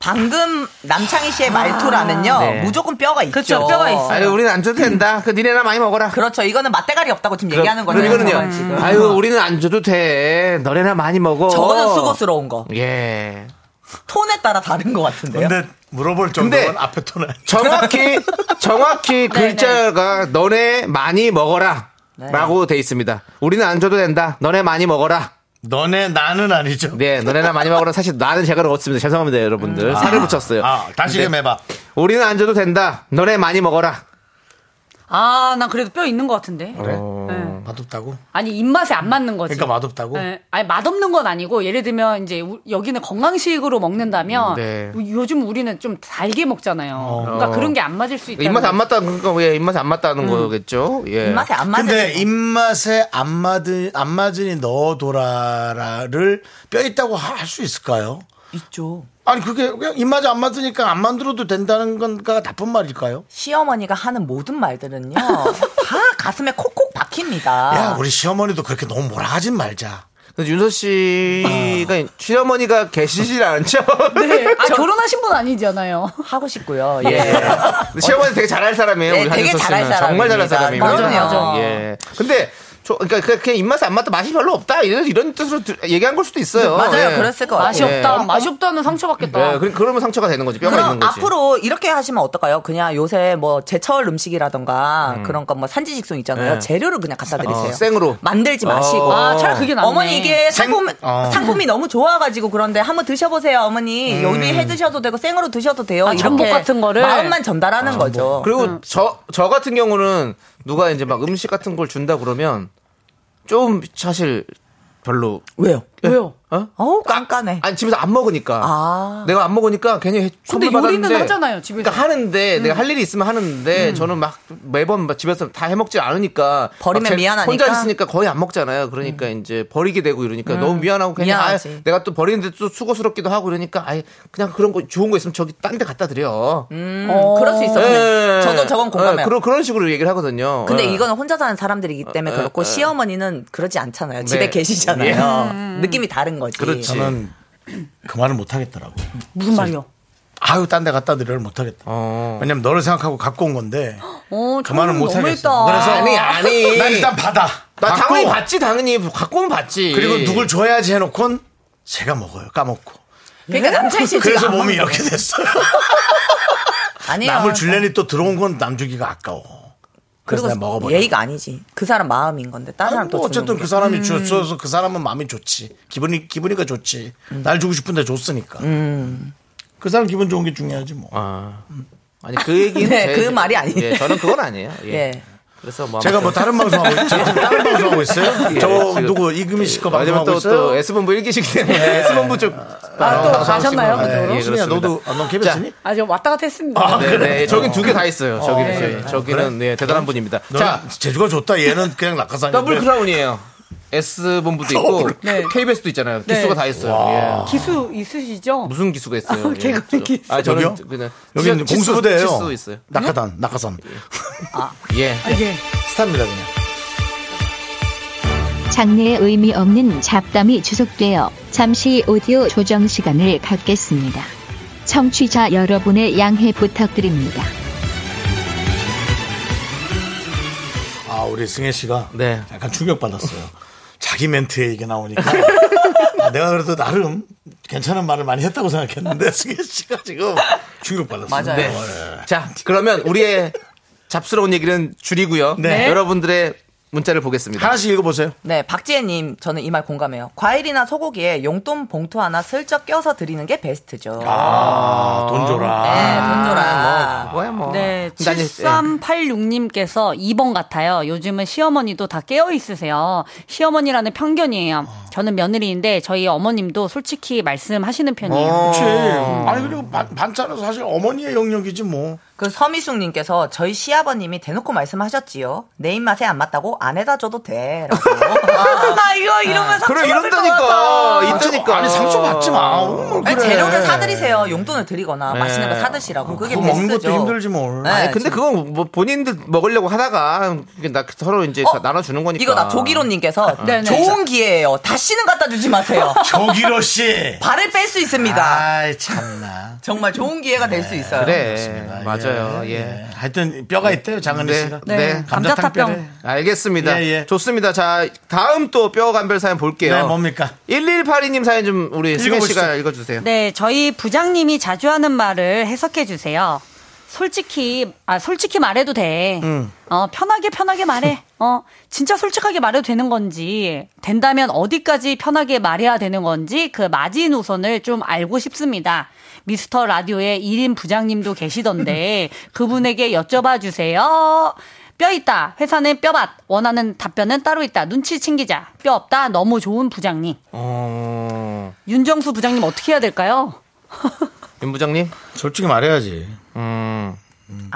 I: 방금 남창희 씨의 말투라면요.
B: 네.
I: 무조건 뼈가 있죠.
B: 그쵸, 뼈가 있어요. 아니, 우리는 안 줘도 된다. 그 니네나 많이 먹어라.
I: 그렇죠. 이거는 맛대가리 없다고 지금 얘기하는
B: 그럼
I: 거예요.
B: 이거는요. 아유 우리는 안 줘도 돼. 너네나 많이 먹어.
I: 저거는 수고스러운 거.
B: 예.
I: 톤에 따라 다른 것 같은데요.
A: 근데 물어볼 정도는 앞에 톤에
B: 정확히 정확히
I: 네,
B: 글자가 너네 많이 먹어라
A: 네.
B: 라고 돼 있습니다. 우리는 안 줘도 된다. 너네 많이 먹어라.
A: 너네 나는 아니죠.
B: 네, 너네나 많이 먹어라. 사실 나는 제가 넣었습니다. 죄송합니다, 여러분들. 살을
A: 아.
B: 붙였어요.
A: 아, 다시
B: 근데
A: 좀 해봐.
B: 우리는 안 줘도 된다. 너네 많이 먹어라.
G: 아, 나 그래도 뼈 있는 것 같은데.
A: 그래?
B: 어,
A: 맛없다고?
G: 아니 입맛에 안 맞는 거지.
A: 그러니까 맛없다고?
G: 네. 아니 맛없는 건 아니고 예를 들면 이제 우- 여기는 건강식으로 먹는다면
B: 네.
G: 우- 요즘 우리는 좀 달게 먹잖아요. 그러니까
B: 어.
G: 그런 게 안 맞을 수 있다.
B: 입맛 안 맞다. 그러니까 예, 입맛 안 맞다는 거겠죠. 예.
A: 근데 입맛에 안 맞은 안 맞으니 넣어둬라를 뼈 있다고 할 수 있을까요?
I: 있죠.
A: 아니 그게 그냥 입맛에 안 맞으니까 안 만들어도 된다는 건가 나쁜 말일까요?
I: 시어머니가 하는 모든 말들은요. 다 가슴에 콕콕 박힙니다.
A: 야 우리 시어머니도 그렇게 너무 뭐라 하진 말자.
B: 근데 윤서 씨가 시어머니가 계시질 않죠.
G: 네. 아,
B: 저-
G: 결혼하신 분 아니잖아요.
I: 하고 싶고요.
B: 예. 근데 시어머니 되게 잘할 사람이에요.
I: 네,
B: 우리
I: 되게
B: 한효서
I: 잘할
B: 씨는. 정말 잘할
I: 사람입니다.
B: 사람이고요.
I: 맞아요.
B: 예. 근데 저, 그러니까 그냥- 그냥 입맛에 안 맞다 맛이 별로 없다 이런 이런 뜻으로 들- 얘기한 걸 수도 있어요.
I: 맞아요.
B: 예.
I: 그랬을 것 같아요.
B: 맛이 없다. 예. 맛이
I: 없다는 상처받겠다.
B: 예, 그러- 그러면 상처가 되는 거지 뼈가
I: 그럼
B: 있는 거지.
I: 앞으로 이렇게 하시면 어떨까요? 그냥 요새 뭐 제철 음식이라던가
B: 음.
I: 그런 건 뭐 산지직송 있잖아요.
B: 네.
I: 재료를 그냥 갖다 드리세요.
B: 어, 생으로.
I: 만들지
B: 어.
I: 마시고.
B: 아, 차라리 그게 낫네.
I: 어머니 이게
B: 생-
I: 상품
B: 어.
I: 상품이 너무 좋아가지고 그런데 한번 드셔보세요, 어머니.
B: 음.
I: 요리해 드셔도 되고 생으로 드셔도 돼요.
G: 아, 전복
I: 이렇게
G: 같은 거를.
I: 마음만 전달하는
B: 아,
I: 거죠.
B: 뭐. 그리고 저, 저 같은 경우는 누가 이제 막 음식 같은 걸 준다 그러면 좀 사실 별로.
I: 왜요?
B: 왜요? 어?
I: 어우, 깐깐해. 아.
B: 아니, 집에서 안 먹으니까. 내가 안 먹으니까 괜히
G: 근데
B: 선물
G: 요리는
B: 받았는데.
G: 하잖아요, 집에서.
B: 그러니까
I: 음.
B: 하는데 내가 할 일이 있으면 하는데
G: 음.
B: 저는 막 매번 막 집에서 다 해먹지 않으니까
I: 버리면
B: 막 제-
I: 미안하니까.
B: 혼자 있으니까 거의 안 먹잖아요. 그러니까 이제 버리게 되고 이러니까
I: 음.
B: 너무 미안하고 그냥 아,
I: 미안하지.
B: 내가 또 버리는데 또 수고스럽기도 하고 그러니까 아예 그냥 그런 거 좋은 거 있으면 저기 딴 데 갖다 드려.
I: 음, 그럴 수 있어요.
B: 예.
I: 저도 저건 공감해요.
B: 예, 그런 그런 식으로 얘기를 하거든요.
I: 근데
B: 예.
I: 이거는 혼자 사는 사람들이기 때문에
B: 어,
I: 그렇고
B: 어, 어.
I: 시어머니는 그러지 않잖아요.
B: 네.
I: 집에 계시잖아요.
A: 예,
I: 음,
A: 예.
I: 느낌이 다른 거지.
A: 저는 그 말을 못 하겠더라고요.
G: 무슨 말이요?
A: 아유, 딴 데 갖다 드려를 못 하겠다. 왜냐면 너를 생각하고 갖고 온 건데.
G: 어,
A: 그 말은 못 하겠어.
G: 너무했다.
A: 그래서 난 일단 받아.
B: 나
A: 받고
B: 당연히 받지 당연히 갖고 오면 받지.
A: 그리고 누굴 줘야지 해놓곤 제가 먹어요. 까먹고.
I: 그러니까 남창희 씨 지금
A: 네. 그래서
I: 안
A: 몸이
I: 먹는
A: 이렇게
I: 거예요.
A: 됐어요.
I: 아니에요.
A: 남을 줄려니 또 들어온 건 남 주기가 아까워. 그래서
I: 그리고
A: 내가 먹어버려.
I: 예의가 아니지. 그 사람 마음인 건데 다른 사람 또
A: 뭐
I: 주는
A: 어쨌든
I: 게.
A: 그 사람이
I: 음.
A: 줘서 그 사람은 마음이 좋지. 기분이 기분이가 좋지. 날 주고 싶은데 줬으니까.
I: 음.
A: 그 사람 기분 좋은 게 중요하지 뭐.
B: 아, 아니 그 얘기는
I: 네,
B: 제-
I: 그 말이 아니에요.
B: 예, 저는 그건 아니에요. 예.
I: 예.
B: 그래서 뭐
A: 제가 뭐 다른 방송하고 있- 제가 지금 다른 방송하고 있어요? 저 누구 이금희 씨거
B: 왜냐면
A: 방송하고
B: 예, 또,
A: 있어요?
B: 또 S본부 일기시기 때문에
A: 예.
B: S본부 쪽.
A: 아, 또 가셨나요, 그쪽으로?
B: 예,
A: 수민아,
B: 그렇습니다.
A: 너도, 아, 넌 KBS니?
G: 아, 저 왔다 갔다 했습니다.
B: 네, 네, 저긴 두 개 다 있어요. 저기는,
A: 어,
B: 저기,
A: 그래.
B: 저기는,
A: 그래?
B: 네, 대단한 분입니다.
A: 너는
B: 자,
A: 제주가 좋다. 얘는 그냥 낙하산인데.
B: 더블 크라운이에요. S본부도 있고, KBS도 있잖아요.
G: 네.
B: 기수가 다 있어요. 예.
G: 기수 있으시죠?
B: 무슨 기수가 있어요? 예.
G: 개그맨 기수.
B: 아, 저는
A: 여기요?
B: 그냥.
A: 여기
B: 치수- 치수
A: 공수부대예요.
B: 있어요.
A: 낙하산, 낙하산.
B: 예.
G: 예.
A: 스타입니다 그냥.
K: 장르의 의미 없는 잡담이 주속되어 잠시 오디오 조정 시간을 갖겠습니다. 청취자 여러분의 양해 부탁드립니다.
A: 아 우리 승혜 씨가
B: 네.
A: 약간 충격받았어요. 자기 멘트에 이게 나오니까 아, 내가 그래도 나름 괜찮은 말을 많이 했다고 생각했는데 승혜 씨가 지금 충격받았어요.
B: 네. 자, 그러면 우리의 잡스러운 얘기는 줄이고요.
I: 네.
B: 여러분들의 문자를 보겠습니다.
A: 하나씩 읽어보세요.
I: 네, 박지혜님 저는 이 말 공감해요. 과일이나 소고기에 용돈 봉투 하나 슬쩍 껴서 드리는 게 베스트죠.
A: 아, 돈
I: 네,
A: 줘라.
I: 돈
A: 아.
I: 줘라.
B: 뭐야 예. 뭐.
G: 네,
B: 난 이제-
G: 7386님께서 2번 같아요. 요즘은 시어머니도 다 깨어 있으세요. 시어머니라는 편견이에요. 저는 며느리인데 저희 어머님도 솔직히 말씀하시는 편이에요.
A: 그렇지.
I: 음.
A: 아니 그리고 반, 반찬은 사실 어머니의 영역이지 뭐.
I: 그 서미숙님께서 저희 시아버님이 대놓고 말씀하셨지요. 내 입맛에 안 맞다고 안 해다 줘도 돼. 네. 나 이거 이러면
B: 그래
I: 상처받을 것
B: 이런다니까.
I: 같아.
B: 있다니까. 어.
A: 아니 상처 받지 마. 뭘
I: 아니,
A: 그래.
I: 재료를 사드리세요. 용돈을 드리거나
B: 네.
I: 맛있는 거 사드시라고. 그게
A: 그거 먹는
I: 베스트죠.
A: 것도 힘들지 뭐. 뭘.
I: 네,
B: 아니, 근데 그건 뭐 본인들 먹으려고 하다가 그게 나 서로 이제
I: 어?
B: 나눠주는 거니까.
I: 이거 나 조기로님께서
G: 네네.
I: 좋은 기회예요. 다시는 갖다 주지 마세요.
A: 조기로 씨.
I: 발을 뺄 수 있습니다.
A: 아이 참나.
I: 정말 좋은 기회가 될 수 있어요.
B: 그래. 맞아요. 예.
A: 하여튼 뼈가 있대요 장은혜
B: 네.
A: 씨가.
B: 네.
G: 감자탕
A: 뼈래.
B: 알겠습니다.
A: 예, 예.
B: 좋습니다. 자, 다음 또 뼈 간별 사연 볼게요.
A: 네 뭡니까?
B: 1182님 사연 좀 우리 승혜
A: 읽어보시죠.
B: 씨가 읽어주세요.
G: 네, 저희 부장님이 자주 하는 말을 해석해 주세요. 솔직히 아 솔직히 말해도 돼.
B: 음.
G: 어 편하게 편하게 말해. 어 진짜 솔직하게 말해도 되는 건지 된다면 어디까지 편하게 말해야 되는 건지 그 마지노선을 좀 알고 싶습니다. 미스터 라디오의 1인 부장님도 계시던데 그분에게 여쭤봐 주세요. 뼈 있다. 회사는 뼈밭. 원하는 답변은 따로 있다. 눈치 챙기자. 뼈 없다. 너무 좋은 부장님.
B: 어,
G: 윤정수 부장님 어떻게 해야 될까요?
B: 윤 부장님.
A: 솔직히 말해야지.
B: 음.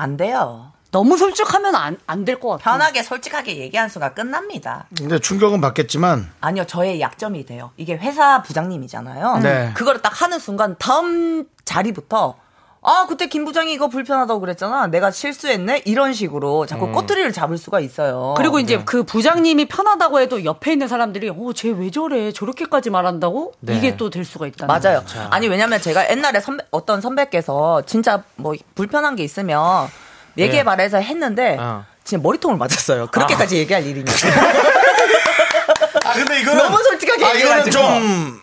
I: 안 돼요.
G: 너무 솔직하면 안 안 될 것 같아요.
I: 편하게 솔직하게 얘기한 순간 끝납니다.
A: 근데 충격은 받겠지만
I: 아니요, 저의 약점이 돼요. 이게 회사 부장님이잖아요.
A: 네.
I: 그거를 딱 하는 순간 다음 자리부터 아 그때 김 부장이 이거 불편하다고 그랬잖아. 내가 실수했네. 이런 식으로 자꾸
B: 음.
I: 꼬투리를 잡을 수가 있어요.
G: 그리고 이제
B: 네.
G: 그 부장님이 편하다고 해도 옆에 있는 사람들이 어쟤 왜 저래 저렇게까지 말한다고
B: 네.
G: 이게 또 될 수가 있다.
I: 맞아요. 아니 왜냐면 제가 옛날에 선배, 어떤 선배께서 진짜 뭐 불편한 게 있으면 얘기해
B: 예.
I: 말해서 했는데
B: 어. 아.
I: 진짜 머리통을 맞았어요. 그렇게까지 얘기할 일이니까.
A: 아 근데 이거는
I: 너무 솔직하게
A: 아, 이거는
I: 얘기해가지고.
A: 좀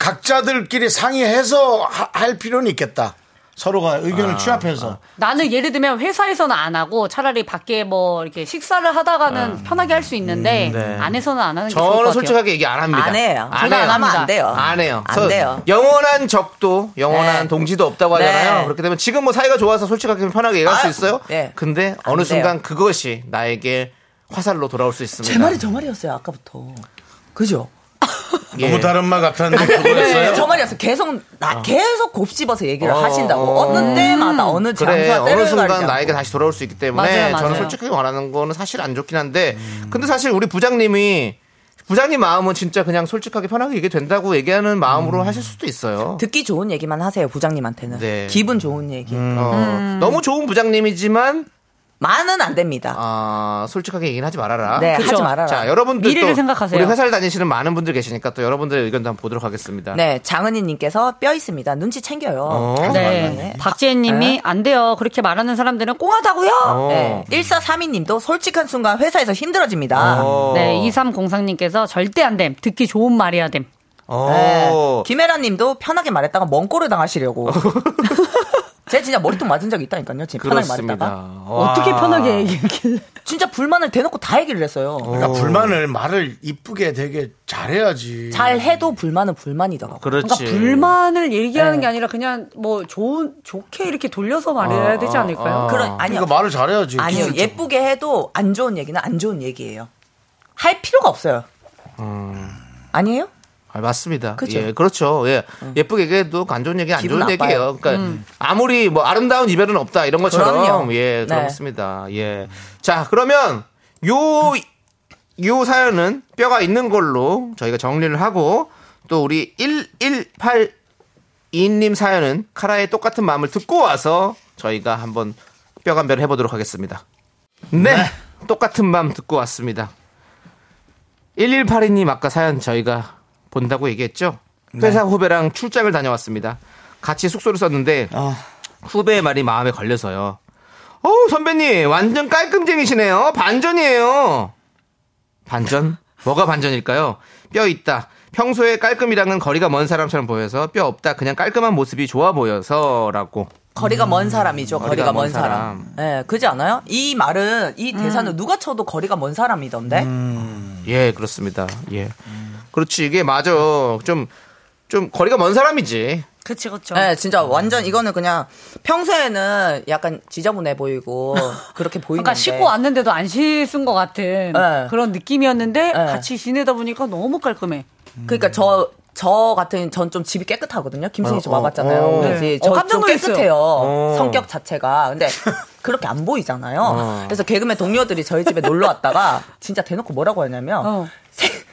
A: 각자들끼리 상의해서 하- 할 필요는 있겠다. 서로가 의견을 취합해서.
G: 나는 예를 들면 회사에서는 안 하고 차라리 밖에 뭐 이렇게 식사를 하다가는 편하게 할 수 있는데
B: 음, 네.
G: 안에서는 안 하는 게 좋을 것
B: 저는
G: 같아요.
B: 솔직하게 얘기 안 합니다.
G: 안 해요.
B: 안
G: 저도
B: 해요.
G: 안 합니다.
B: 안 돼요. 안 해요.
G: 안
B: 그래서
G: 돼요.
B: 영원한 적도 영원한
G: 네.
B: 동지도 없다고 하잖아요.
G: 네.
B: 그렇기 때문에 지금 뭐 사이가 좋아서 솔직하게 편하게 얘기할 수
I: 아유,
B: 있어요.
I: 네.
B: 근데
I: 안
B: 어느
I: 돼요.
B: 순간 그것이 나에게 화살로 돌아올 수 있습니다.
I: 제 말이 저 말이었어요 아까부터. 그죠?
A: 예.
B: 예.
A: 너무 다른 말 같았는데
I: 네,
A: 그거였어요.
I: 저 말이었어요. 계속 나 계속 곱씹어서 얘기를
B: 아. 어,
I: 하신다고.
B: 어.
I: 어, 느 때마다 어느 장소와
B: 그래,
I: 때를
B: 어느 순간
I: 가리지 않고.
B: 나에게 다시 돌아올 수 있기 때문에
I: 맞아요, 맞아요.
B: 저는 솔직히 말하는 거는 사실 안 좋긴 한데 근데 사실 우리 부장님이 부장님 마음은 진짜 그냥 솔직하게 편하게 얘기 된다고 얘기하는 마음으로 하실 수도 있어요.
I: 듣기 좋은 얘기만 하세요 부장님한테는.
B: 네.
I: 기분 좋은 얘기.
B: 어, 너무 좋은 부장님이지만
I: 많은 안 됩니다.
B: 아, 솔직하게 얘기는 하지 말아라.
I: 네, 하지 그쵸. 말아라.
B: 자, 여러분들
I: 미래를
B: 또
I: 생각하세요.
B: 우리 회사를 다니시는 많은 분들 계시니까 또 여러분들의 의견도 한번 보도록 하겠습니다.
I: 네, 장은희님께서 뼈 있습니다. 눈치 챙겨요.
B: 어.
I: 네.
B: 네.
I: 박재현님이
G: 안 돼요. 그렇게 말하는 사람들은 꽁하다고요.
B: 어.
I: 네. 1432님도 솔직한 순간 회사에서 힘들어집니다.
G: 네, 2303님께서 절대 안 됨. 듣기 좋은 말이야 됨.
B: 어,
I: 네. 김혜라님도 편하게 말했다가 멍꼬를 당하시려고. 제 진짜 머리통 맞은 적이 있다니까요. 진짜 편하게
B: 그렇습니다.
I: 말했다가.
B: 와. 어떻게 편하게 음.
I: 얘기했길래. 진짜 불만을 대놓고 다 얘기를 했어요.
A: 그러니까 불만을 말을 이쁘게 되게 잘해야지.
I: 잘 해도 불만은 불만이더라고요.
A: 그렇지.
G: 그러니까 불만을 얘기하는
B: 네.
G: 게 아니라 그냥 뭐 좋은 좋게 이렇게 돌려서 말해야
B: 어,
G: 되지 않을까요?
I: 그런 아니요.
A: 그러니까 말을 잘해야지.
I: 아니요.
A: 기술적으로.
I: 예쁘게 해도 안 좋은 얘기는 안 좋은 얘기예요. 할 필요가 없어요. 아니에요?
B: 아, 맞습니다.
I: 그죠?
B: 예, 그렇죠. 예. 예쁘게 얘기해도 안 좋은 얘기 안
I: 기분
B: 좋은
I: 나빠요.
B: 얘기예요. 그러니까
I: 음.
B: 아무리 뭐 아름다운 이별은 없다 이런 것처럼
I: 그럼요.
B: 예,
I: 네.
B: 그렇습니다. 예. 자, 그러면 요 요 사연은 뼈가 있는 걸로 저희가 정리를 하고 또 우리 1182님 사연은 카라의 똑같은 마음을 듣고 와서 저희가 한번 뼈감별을 해보도록 하겠습니다. 네. 똑같은 마음 듣고 왔습니다. 1182님 아까 사연 저희가 본다고 얘기했죠?
I: 네.
B: 회사 후배랑 출장을 다녀왔습니다. 같이 숙소를 썼는데 후배의 말이 마음에 걸려서요. 어우 선배님 완전 깔끔쟁이시네요. 반전이에요. 반전? 뭐가 반전일까요? 뼈 있다. 평소에 깔끔이랑은 거리가 먼 사람처럼 보여서 뼈 없다. 그냥 깔끔한 모습이 좋아 보여서라고.
I: 거리가 먼 사람이죠. 거리가,
B: 거리가 먼
I: 먼 사람. 예, 그지 않아요? 이 말은 이 대사는 누가 쳐도 거리가 먼 사람이던데.
B: 예, 그렇습니다. 예. 그렇지 이게 맞아. 좀 좀 거리가 먼 사람이지.
I: 그치, 그쵸.
B: 네,
I: 예, 진짜 완전 이거는 그냥 평소에는 약간 지저분해 보이고 그렇게 보이는데.
G: 그러니까 씻고 왔는데도 안 씻은 것 같은
I: 네.
G: 그런 느낌이었는데 같이
I: 지내다 보니까 너무 깔끔해. 그러니까 저, 저 같은, 전 좀 집이 깨끗하거든요. 김승희 씨
G: 어, 어,
I: 와봤잖아요.
G: 어.
I: 그래서
G: 네. 어,
I: 저,
G: 깜짝
I: 좀
G: 놀랐어요.
I: 깨끗해요.
G: 어.
I: 성격 자체가. 근데 그렇게 안 보이잖아요.
G: 어.
I: 그래서 개그맨 동료들이 저희 집에 놀러 왔다가 진짜 대놓고 뭐라고 하냐면 세-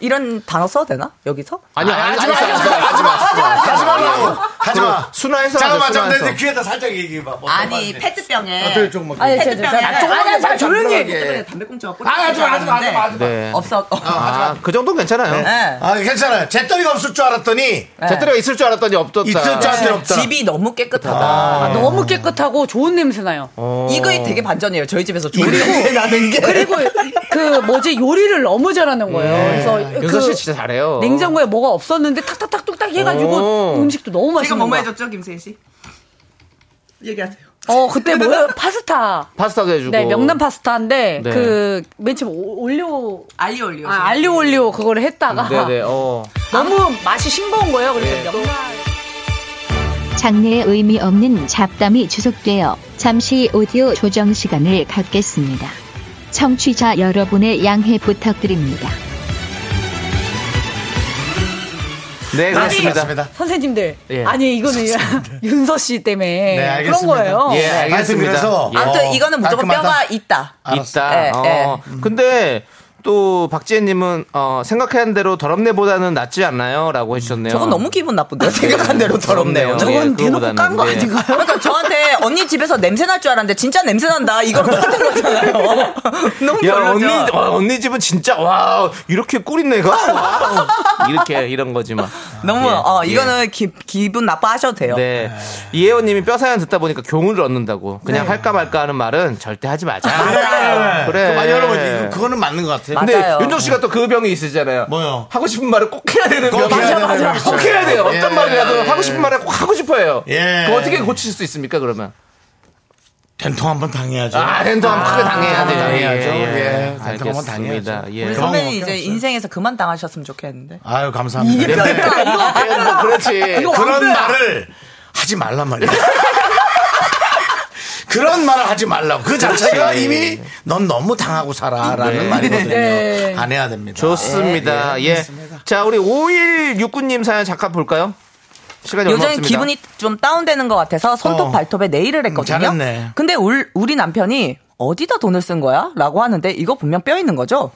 I: 이런 단어 써도 되나? 여기서?
B: 아니, 아니, 하지 마, 하지 마, 하지 마, 하지 마, 하지 마, 하지 마. 하지 마. 순화해서
A: 잠깐만,
B: 하자,
A: 잠깐만. 내
B: 순화해서.
A: 귀에다 살짝 얘기해봐. 뭐 어떤
I: 아니
A: 말인지.
I: 페트병에
A: 아, 그래, 조금만.
I: 아니,
A: 그래.
I: 페트병에
A: 페트병에.
I: 아니,
A: 조금만
I: 아니,
A: 좀
I: 조용히
A: 조용하게.
I: 페트병에 담배꽁초 갖고
A: 아, 하지 마, 하지 마, 하지 마, 하지 마.
B: 네.
I: 없어. 네.
B: 아, 그 정도는 괜찮아요.
A: 아, 괜찮아요. 재떨이가 없을 줄 알았더니.
B: 제대로 있을 줄 알았더니 없었다.
A: 있을 줄 알았더니 없다.
I: 집이 너무 깨끗하다.
B: 아, 어.
G: 아, 너무 깨끗하고 좋은 냄새 나요.
I: 이거 되게 반전이에요. 저희 집에서 조리
A: 나는 게
G: 그리고 그 뭐지 요리를 너무 잘하는 거예요. 그래서
B: 네. 아, 윤서 씨
G: 그
B: 진짜 잘해요.
G: 냉장고에 뭐가 없었는데 탁탁탁 뚝딱 해가지고
B: 오.
G: 음식도 너무 맛있는
I: 뭐뭐
G: 거야.
I: 해줬죠 김세희 씨? 얘기하세요.
G: 어 그때 뭐야 파스타.
B: 파스타도 해주고.
G: 네 명란 파스타인데
B: 네.
G: 그맨 처음 오- 올리오
I: 알리오 올리오
G: 아, 알리오 올리오 그거를 했다가
B: 네네, 어.
G: 너무 맛이 싱거운 거예요. 그래서
B: 네.
G: 명란
J: 장르의 의미 없는 잡담이 주속되어 잠시 오디오 조정 시간을 갖겠습니다. 청취자 여러분의 양해 부탁드립니다.
B: 네, 그렇습니다.
G: 선생님들
B: 예.
G: 아니 이거는 윤서 씨 때문에
B: 네,
G: 그런
B: 알겠습니다.
G: 거예요.
B: 예, 알겠습니다. 예.
I: 아무튼 이거는 무조건
B: 깔끔하다.
I: 뼈가 있다.
B: 있다.
I: 예,
B: 어. 근데 또 박지혜님은 어, 생각한 대로 더럽네보다는 낫지 않나요?라고 해주셨네요. 예,
I: 저건 너무 기분
B: 아,
I: 나쁜데요. 생각한 대로 더럽네요.
B: 저건 대놓고 깐 거 아닌가?
I: 그러니까 저한테 언니 집에서 냄새 날 줄 알았는데 진짜 냄새 난다. 이거 똑같은 거잖아요. 너무
B: 야
I: 별로죠.
B: 언니 와, 언니 집은 진짜 와 이렇게 꿀인네가 와우. 이렇게 이런 거지 만
I: 너무 어 이거는 기, 기분 나빠하셔도 돼요.
B: 예, 네. 이혜원님이 뼈 사연 듣다 보니까 교훈을 얻는다고. 그냥 할까 말까 하는 말은 절대 하지 마자. 그래.
A: 아니, 여러분, 이거 그거는 맞는 것 같아요. 네.
B: 근데 윤정 씨가 또 그 병이 있으잖아요. 뭐요? 하고 싶은 말을 꼭 해야 되는
A: 꼭
B: 병이
A: 해야 되는
B: 맞아, 맞아.
A: 병이
B: 꼭
A: 있어요.
B: 해야 돼요.
A: 예.
B: 어떤 말이라도 하고 싶은 말을 꼭 하고 싶어요.
A: 예.
B: 그거 어떻게 고칠 수 있습니까 그러면?
A: 된통 한번 당해야죠.
B: 아, 된통 한번 크게 당해야 돼요.
A: 당해야죠.
B: 예, 예.
A: 예, 된통 한번
B: 알겠습니다.
A: 당해야죠.
B: 예.
I: 우리
A: 그런
I: 선배님
A: 거
I: 이제 인생에서 그만 당하셨으면 좋겠는데.
A: 아유 감사합니다. 네,
I: 이게 별로야. 이거 별로야.
B: 그렇지.
I: 이거
A: 그런
I: 완벽.
A: 말을 하지 말란 말이야. 그런 말을 하지 말라고. 그 자체가
B: 그렇지.
A: 이미 넌 너무 당하고 살아라는
B: 네.
A: 말이거든요.
B: 네.
A: 안 해야 됩니다.
B: 좋습니다.
A: 예,
B: 예. 자, 우리 5169님 사연 잠깐 볼까요? 시간이 얼마
I: 요즘
B: 없습니다.
I: 기분이 좀 다운되는 것 같아서 손톱 발톱에 네일을 했거든요.
B: 잘했네.
I: 근데 울- 우리 남편이 어디다 돈을 쓴 거야? 라고 하는데 이거 분명 뼈 있는 거죠?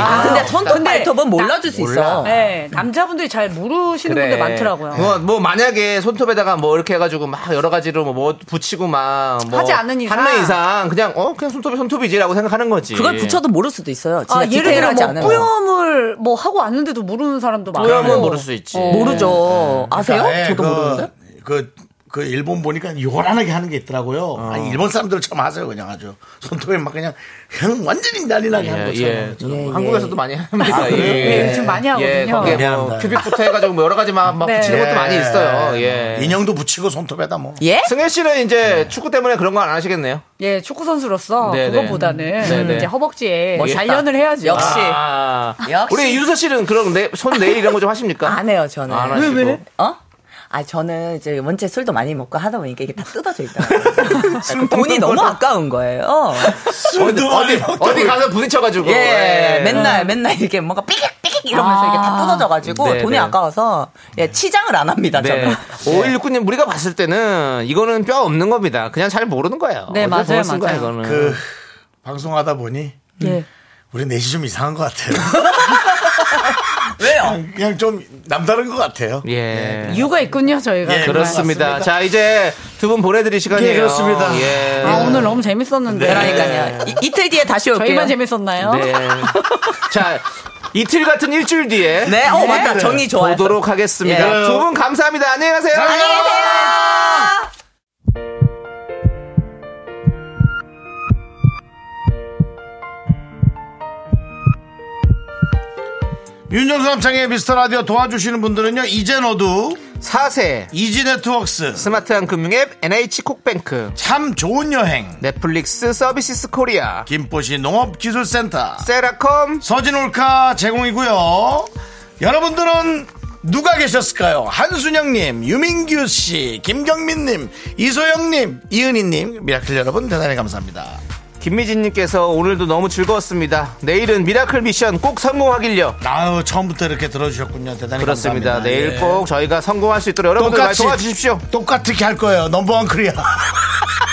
I: 아, 근데 손톱 발톱은 몰라줄 수 있어.
J: 네, 남자분들이 잘 모르시는 분들 많더라고요.
B: 뭐, 뭐 만약에 손톱에다가 뭐 이렇게 해가지고 막 여러 가지로 뭐, 뭐 붙이고 막 뭐
J: 하지 않는 이상.
B: 하는 이상 그냥 어 그냥 손톱이 손톱이지라고 생각하는 거지.
I: 그걸 붙여도 모를 수도 있어요. 그 진짜
J: 아, 예를 들어
I: 디테일하지
J: 뭐
I: 않으면.
J: 뿌염을 뭐 하고 왔는데도 모르는 사람도 많아요.
B: 그러면 모를 수 있지.
I: 어. 모르죠. 아세요?
A: 그러니까, 예,
I: 저도
A: 그,
I: 모르는데.
A: 그, 그 일본 보니까 요란하게 하는 게 있더라고요.
B: 어.
A: 아니, 일본 사람들은 참 하세요, 그냥 아주. 손톱에 막 그냥, 그냥 완전히 난리 나게 하는
B: 예,
A: 것처럼.
B: 예.
A: 저는.
B: 한국에서도 많이 합니다.
A: 아, 그래요? 그렇죠. 예, 지금 많이
B: 예,
A: 하거든요.
B: 거기에 뭐
A: 미안합니다.
B: 큐빅부터 해가지고 뭐 여러 가지 막, 막
A: 네.
B: 붙이는 것도
A: 예.
B: 많이 있어요. 예.
A: 인형도 네. 붙이고 손톱에다 뭐.
I: 예?
B: 승혜 씨는 이제 축구 때문에 그런 거 안 하시겠네요.
J: 예, 축구 선수로서
B: 네,
J: 그것보다는
B: 네. 네, 네.
J: 이제 허벅지에
I: 뭐
J: 예.
G: 예.
B: 멋있다.
J: 단련을 해야지.
B: 아,
I: 역시.
B: 우리 윤서 씨는 그런 내, 손 내일 이런 거 좀 하십니까?
I: 안 해요, 저는.
B: 안 하시고.
I: 어? 아, 저는 이제 원체 술도 많이 먹고 하다 보니까 이게 다 뜯어져 있더라고요. 약간 돈이 너무 아까운 거예요. 어.
B: 어디, 어디, 어디 가서 부딪혀가지고.
I: 예, 맨날, 맨날 이렇게 뭔가 삐릭삐릭 이러면서 이게 다 뜯어져가지고
B: 네,
I: 돈이
B: 네.
I: 아까워서 예, 치장을 안 합니다, 저는.
B: 네. 5169님, 우리가 봤을 때는 이거는 뼈 없는 겁니다. 그냥 잘 모르는 거예요.
I: 네,
B: 어디서
I: 맞아요,
B: 쓴 거야,
I: 맞아요.
B: 이거는.
A: 그, 방송하다 보니,
J: 예.
A: 우리 넷이 좀 이상한 것 같아요. 왜요? 그냥 좀 남다른 것 같아요. 네.
B: 예.
J: 이유가 있군요, 저희가.
B: 예,
G: 네,
J: 정말.
B: 그렇습니다. 자, 이제 두 분 보내드릴 시간이에요.
A: 예, 그렇습니다.
B: 예.
J: 아, 오늘 너무 재밌었는데.
B: 네.
I: 그러니까요. 이, 이틀 뒤에 다시 올게요.
J: 저희만 재밌었나요?
B: 네. 자, 이틀 같은 일주일 뒤에.
I: 네, 어, 맞다. 정리 좋아요.
B: 보도록 하겠습니다.
I: 예.
B: 두 분 감사합니다. 안녕히 가세요.
I: 안녕히 계세요.
A: 윤정수 남창의 미스터 라디오 도와주시는 분들은요, 이젠어두,
B: 사세.
A: 이지네트웍스,
B: 스마트한 금융앱 NH콕뱅크.
A: 참 좋은 여행,
B: 넷플릭스 서비스 코리아.
A: 김포시 농업기술센터,
B: 세라컴.
A: 서진올카 제공이고요. 여러분들은 누가 계셨을까요? 한순영님, 유민규씨, 김경민님, 이소영님, 이은희님, 미라클 여러분 대단히 감사합니다.
B: 김미진님께서 오늘도 너무 즐거웠습니다. 내일은 미라클 미션 꼭 성공하길요.
A: 아유, 처음부터 이렇게 들어주셨군요. 대단히
B: 그렇습니다.
A: 감사합니다.
B: 내일
A: 예.
B: 꼭 저희가 성공할 수 있도록 여러분들 많이
A: 똑같이
B: 도와주십시오.
A: 똑같게 할 거예요. 넘버원 클리어.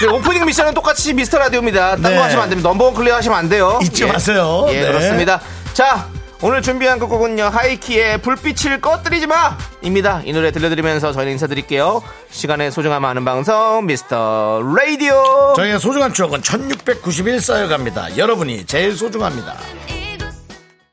B: 네, 오프닝 미션은 똑같이 미스터 라디오입니다. 딴 거
A: 네.
B: 하시면 안 됩니다. 넘버원 클리어 하시면 안 돼요.
A: 잊지
B: 예.
A: 마세요.
B: 예,
A: 네.
B: 그렇습니다. 자, 오늘 준비한 곡은요. 하이키의 불빛을 꺼뜨리지 마! 입니다. 이 노래 들려드리면서 저희는 인사드릴게요. 시간의 소중함 아는 방송 미스터 라디오.
A: 저희의 소중한 추억은 1691 쌓여갑니다. 여러분이 제일 소중합니다.